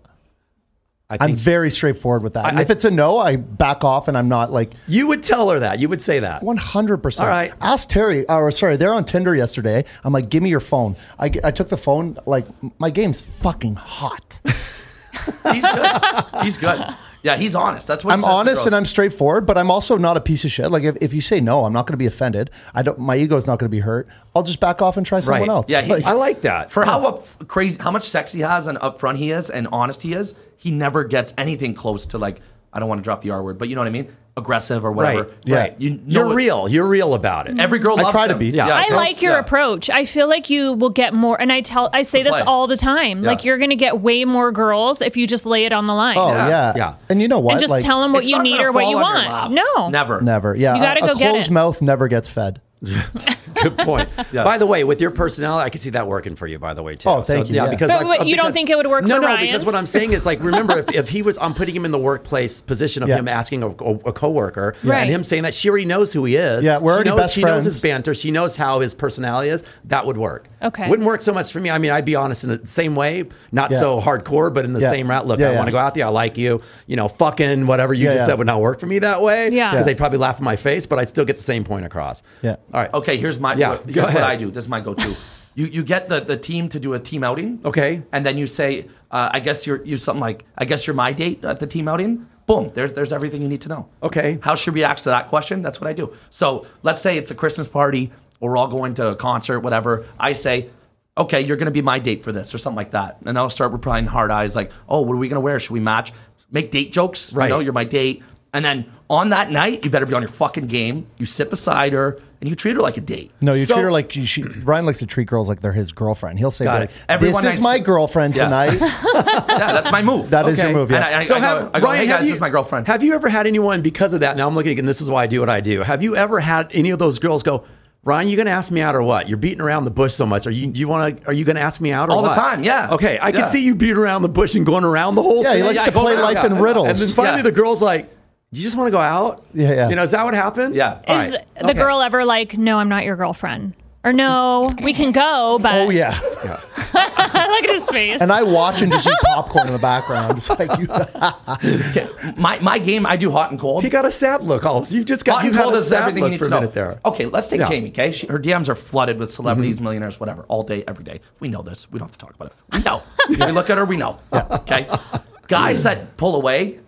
S1: I
S4: I'm
S1: think
S4: very straightforward with that. And
S1: I-
S4: if it's a no, I back off and I'm not like
S1: you would tell her that. You would say that.
S4: 100%.
S1: All right.
S4: Ask Terry, uh, or sorry, they're on Tinder yesterday. I'm like, give me your phone. I, I took the phone, like, my game's fucking hot.
S3: He's good. He's good. Yeah, he's honest. That's what he
S4: I'm
S3: says to
S4: honest
S3: girls.
S4: and I'm straightforward, but I'm also not a piece of shit. Like if, if you say no, I'm not going to be offended. I don't. My ego's not going to be hurt. I'll just back off and try someone
S1: Right.
S4: else.
S3: Yeah, he-
S4: Like,
S1: I like that.
S3: for how up crazy, how much sex he has and upfront he is and honest he is. He never gets anything close to like I don't want to drop the R word, but you know what I mean, aggressive or whatever.
S1: Right.
S4: Yeah.
S3: Right. You know
S1: You're
S3: it.
S1: real. You're real about it.
S3: Every girl.
S4: I
S3: Loves
S4: try to
S3: him.
S4: be. Yeah.
S2: I
S3: girls-
S2: like your
S3: yeah.
S2: approach. I feel like you will get more, and I tell, I say this
S3: play.
S2: all the time.
S3: Yeah.
S2: Like you're going to get way more girls if you just lay it on the line
S4: oh
S3: yeah,
S4: yeah.
S1: yeah.
S4: And you know what?
S2: and just
S4: like,
S2: tell them what
S3: It's
S2: you
S3: not
S2: need
S3: gonna
S2: or what
S3: fall
S2: you
S3: on your
S2: want.
S3: lap.
S2: No,
S3: never,
S4: never. Yeah,
S2: You gotta
S4: a, a
S2: go get
S4: closed
S2: it.
S4: mouth never gets fed.
S1: Good point. By the way, with your personality, I can see that working for you. By the way, too.
S4: Oh, thank you, yeah.
S1: because
S2: But
S1: I-
S2: what- you don't
S1: because-
S2: think it would work
S1: no,
S2: for
S1: no,
S2: Ryan?
S1: because what I'm saying is like, remember, if, if he was, I'm putting him in the workplace position of
S4: Yeah.
S1: him asking a, a, a coworker,
S2: Right.
S1: and him saying that she already knows who he is.
S4: Yeah, we're
S1: she
S4: already
S1: knows,
S4: best
S1: She knows
S4: friends.
S1: his banter. She knows how his personality is. That would work.
S2: Okay.
S1: Wouldn't work so much for me. I mean, I'd be honest in the same way, not
S4: Yeah.
S1: so hardcore, but in the
S4: Yeah.
S1: same route. Look,
S4: Yeah,
S1: I
S4: yeah.
S1: want to go out there. I like you. You know, fucking whatever you
S4: Yeah,
S1: just
S4: yeah.
S1: said would not work for me that way.
S2: Yeah.
S1: Because
S2: Yeah.
S1: they'd probably laugh in my face, but I'd still get the same point across.
S4: Yeah.
S1: All right.
S3: Okay, here's my
S1: Yeah,
S3: what-
S1: go
S3: here's
S1: ahead.
S3: what I do. This is my go-to. you you get the, the team to do a team outing.
S1: Okay.
S3: And then you say, uh, I guess you're you something like, I guess you're my date at the team outing. Boom. There's there's everything you need to know.
S1: Okay.
S3: How she reacts to that question, that's what I do. So let's say it's a Christmas party or we're all going to a concert, whatever. I say, Okay, you're gonna be my date for this or something like that. And I'll start replying hard eyes like, Oh, what are we gonna wear? Should we match? Make date jokes.
S1: Right.
S3: You know, you're my date. And then on that night, you better be on your fucking game. You sit beside her and you treat her like a date.
S4: No, you
S1: So-
S4: treat her like she, she. Ryan likes to treat girls like they're his girlfriend. He'll say,
S1: Got
S4: like,
S1: it.
S3: Every
S4: "This
S3: one
S4: is
S3: night-
S4: my girlfriend
S3: Yeah.
S4: tonight."
S3: Yeah, that's my move.
S4: That is
S1: Okay.
S4: your move.
S3: And
S4: Yeah.
S3: I, I,
S1: So
S3: I,
S1: have
S3: go, I go,
S1: Ryan,
S3: hey
S1: have
S3: guys,
S1: you-
S3: this is my girlfriend.
S1: Have you ever had anyone because of that? Now I'm looking again. This is why I do what I do. Have you ever had any of those girls go, Ryan, you gonna ask me out or what? You're beating around the bush so much. Are you you want to? Are you gonna ask me out or
S3: All the
S1: what?"
S3: time, yeah.
S1: Okay, I
S3: Yeah.
S1: can see you beating around the bush and going around the whole.
S4: Yeah,
S1: thing.
S4: he likes
S3: Yeah,
S4: to
S3: go
S4: play
S3: around,
S4: life
S3: yeah,
S4: in
S3: yeah.
S4: riddles.
S1: And then finally
S3: Yeah.
S1: the girl's like, "Do you just want to go out?
S4: Yeah, yeah.
S1: You know, is that what happens?
S3: Yeah.
S1: All
S2: Is
S1: right.
S2: the
S1: Okay.
S2: girl ever like, no, I'm not your girlfriend? Or no, we can go, but
S4: Oh yeah.
S2: look at his face.
S4: And I watch and just eat popcorn in the background. It's like you,
S3: Okay, my my game, I do hot and cold.
S1: He got a sad look. All you just got
S3: Hot
S1: you
S3: and
S1: got
S3: cold
S1: a
S3: is
S1: sad
S3: everything you
S1: look
S3: need
S1: for
S3: to
S1: a
S3: know.
S1: minute there.
S3: Okay, let's take
S1: Yeah. Mm-hmm.
S3: Jamie. Okay, she, her DMs are flooded with celebrities, millionaires, whatever, all day, every day. We know this. We don't have to talk about it. We know. If we look at her, we know. Okay, guys that pull away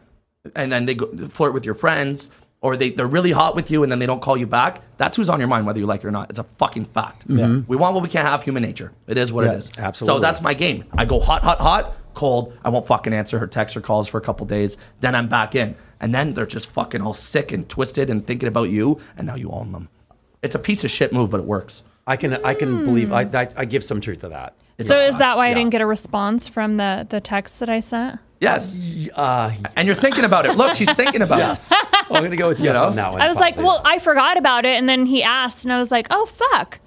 S3: and then they go, flirt with your friends, or they they're really hot with you and then they don't call you back. That's who's on your mind, whether you like it or not. It's a fucking fact.
S1: Mm-hmm.
S3: We want what we can't have. Human nature. It is what
S4: Yeah,
S3: it is.
S1: absolutely.
S3: So that's my game. I go hot, hot, hot, cold. I won't fucking answer her texts or calls for a couple days. Then I'm back in. And then they're just fucking all sick and twisted and thinking about you. And now you own them. It's a piece of shit move, but it works.
S1: I can I can believe I, I I give some truth to that.
S2: so is that why I
S1: Yeah.
S2: didn't get a response from the the text that I sent?
S3: Yes. and you're thinking about it. Look, she's thinking about it.
S1: Uh, I'm gonna go with yes
S3: know?
S1: on that one.
S2: I was like,
S1: probably.
S2: well, I forgot about it, and then he asked, and I was like, oh fuck.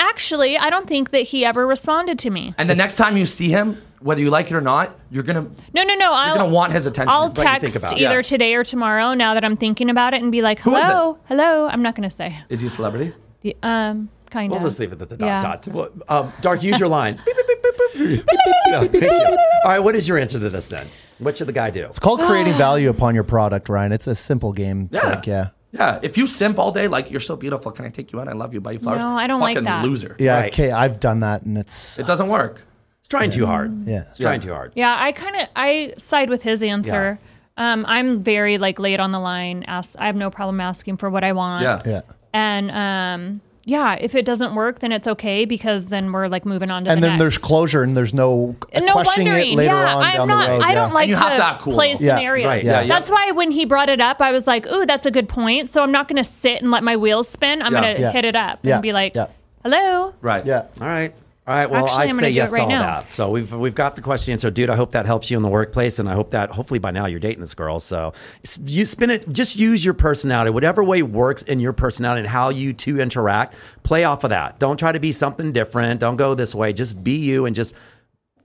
S2: Actually, I don't think that he ever responded to me.
S3: And the next time you see him, whether you like it or not, you're gonna
S2: No, no, no. I'll,
S3: gonna want his attention,
S2: I'll
S3: what you think
S2: text
S1: about it.
S2: either
S3: Yeah.
S2: today or tomorrow. Now that I'm thinking about it, and be like,
S3: Who is it?
S2: hello, hello. I'm not gonna say.
S3: Is he a celebrity?
S2: The- Um, kind of.
S1: We'll just leave it at the dot
S2: Yeah.
S1: dot. Well, um, Dark, use your line. Beep, beep, beep, beep, beep. Yeah, thank you. All right, what is your answer to this then? What should the guy do?
S4: it's called creating value upon your product, Ryan. It's a simple game.
S3: Yeah.
S4: Trick, yeah.
S3: Yeah. If you simp all day, like you're so beautiful, can I take you out? I love you. Buy you flowers.
S2: No, I don't like
S3: fucking
S2: that.
S3: Loser.
S4: Yeah.
S1: Right.
S4: Okay. I've done that and it's,
S3: It doesn't work.
S1: It's trying too hard.
S4: Yeah.
S1: It's trying too hard.
S2: Yeah, I kind of I side with his answer. Um, I'm very like late on the line. Ask, I have no problem asking for what I want.
S3: Yeah.
S4: yeah.
S2: And um, yeah, if it doesn't work, then it's okay because then we're like moving on to the
S4: And then
S2: next.
S4: there's closure and there's no,
S2: And no
S4: Uh, questioning
S2: wondering.
S4: it later
S2: yeah,
S4: on
S2: I'm
S4: down
S2: not.
S4: the road.
S2: I
S4: yeah.
S2: don't like
S3: you
S2: to
S3: have to act cool.
S2: play
S4: Yeah,
S2: scenarios.
S1: right, yeah,
S3: yeah.
S2: That's why when he brought it up, I was like, "Ooh, that's a good point." So I'm not going to sit and let my wheels spin. I'm
S3: Yeah.
S2: going to
S4: Yeah.
S2: hit it up
S4: Yeah,
S2: and be like,
S4: yeah.
S2: "Hello."
S3: Right.
S4: Yeah.
S1: All right. All right. Well,
S2: Actually,
S1: I
S2: I'm
S1: say
S2: gonna do
S1: yes
S2: it
S1: to
S2: right
S1: all
S2: now.
S1: that. So we've we've got the question answered, dude. I hope that helps you in the workplace, and I hope that hopefully by now you're dating this girl. So s- you spin it. Just use your personality, whatever way works in your personality and how you two interact. Play off of that. Don't try to be something different. Don't go this way. Just be you and just.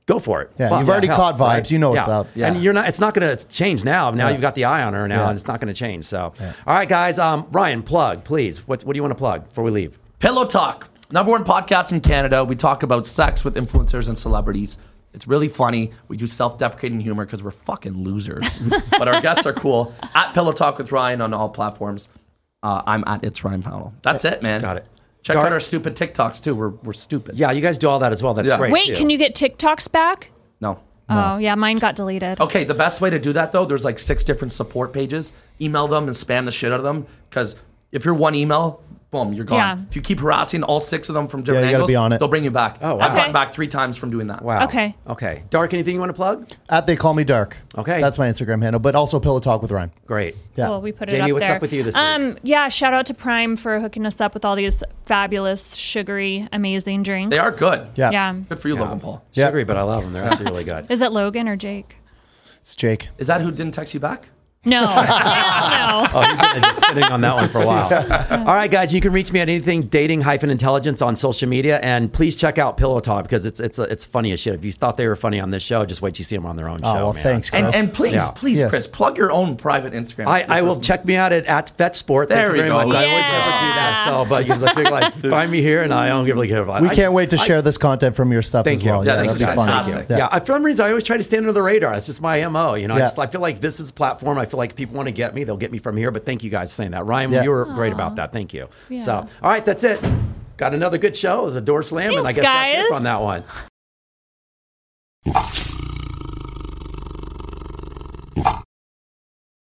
S1: Go for it.
S4: Yeah,
S1: Fuck,
S4: you've already caught vibes. You know what's
S1: Yeah.
S4: up.
S1: And you're not. It's not going to change now. Now
S4: Yeah.
S1: you've got the eye on her now,
S4: Yeah.
S1: and it's not going to change. So, all right, guys. Um, Ryan, plug, please. What What do you want to plug before we leave?
S3: Pillow Talk, number one podcast in Canada. We talk about sex with influencers and celebrities. It's really funny. We do self deprecating humor because we're fucking losers. but our guests are cool. At Pillow Talk with Ryan on all platforms. Uh, I'm at It's Ryan Powell. That's it, man.
S1: Got it.
S3: Check
S1: Gar-
S3: out our stupid TikToks too. We're, we're stupid.
S1: Yeah, you guys do all that as well. That's
S3: Yeah.
S1: great.
S2: Wait,
S1: too.
S2: can you get TikToks back?
S3: No.
S2: Oh yeah, mine got deleted.
S3: Okay, the best way to do that though, there's like six different support pages. Email them and spam the shit out of them because if you're one email, boom, you're gone.
S2: Yeah.
S3: If you keep harassing all six of them from different
S4: you gotta
S3: angles,
S4: be on it.
S3: they'll bring you back. Oh,
S1: wow.
S3: I've gotten
S2: Okay.
S3: back three times from doing that.
S1: Wow.
S2: Okay.
S1: Okay. Dark, anything you want to plug?
S4: At They Call Me Dark.
S1: Okay.
S4: That's my Instagram handle, but also Pillow Talk with Ryan.
S1: Great.
S4: Yeah.
S2: Well, we put it
S1: Jamie,
S2: up
S1: what's
S2: there.
S1: up with you this week?
S2: um, Yeah, shout out to Prime for hooking us up with all these fabulous, sugary, amazing drinks.
S3: They are good.
S4: Yeah.
S2: Yeah.
S3: Good for you, Logan Paul.
S4: Yeah.
S1: Sugary, but I love them. They're actually really good.
S2: Is it Logan or Jake?
S4: It's Jake.
S3: Is that who didn't text you back?
S2: No. Hell no.
S1: Oh, he's going to be spinning on that one for a while. All right, guys, you can reach me at anything dating hyphen intelligence on social media, and please check out Pillow Talk because it's it's it's funny as shit. If you thought they were funny on this show, just wait till you see them on their own
S4: Oh,
S1: show.
S4: well,
S1: man.
S4: thanks, Chris.
S3: And, and please,
S1: Yeah.
S3: please,
S4: Yes.
S3: Chris, plug your own private Instagram.
S1: I, I will check me out at, at Fetch Sport. Thank
S3: There
S1: you
S3: we
S1: very
S3: go.
S1: much. I always
S2: Yeah.
S1: never do that. So, but you like, think, like, find me here, and I don't really care about
S4: we
S1: I-
S4: can't wait to share this content from your stuff
S1: Thank
S4: as
S1: you.
S4: well.
S1: Yeah,
S4: Yeah,
S3: this
S4: that'd
S3: is
S4: be fun.
S3: fantastic.
S1: Yeah. I- for some reason, I always try to stand under the radar. It's just my mo. You know, I
S4: Yeah.
S1: just I feel like this is a platform. I feel like people want to get me. They'll get me from here. But thank you guys for saying that, Ryan.
S4: Yeah.
S1: You were great about that. Thank you. So, all right, that's it. Got another good show. It was a door slam, and I
S2: Thanks,
S1: guess that's
S2: guys.
S1: it on that one.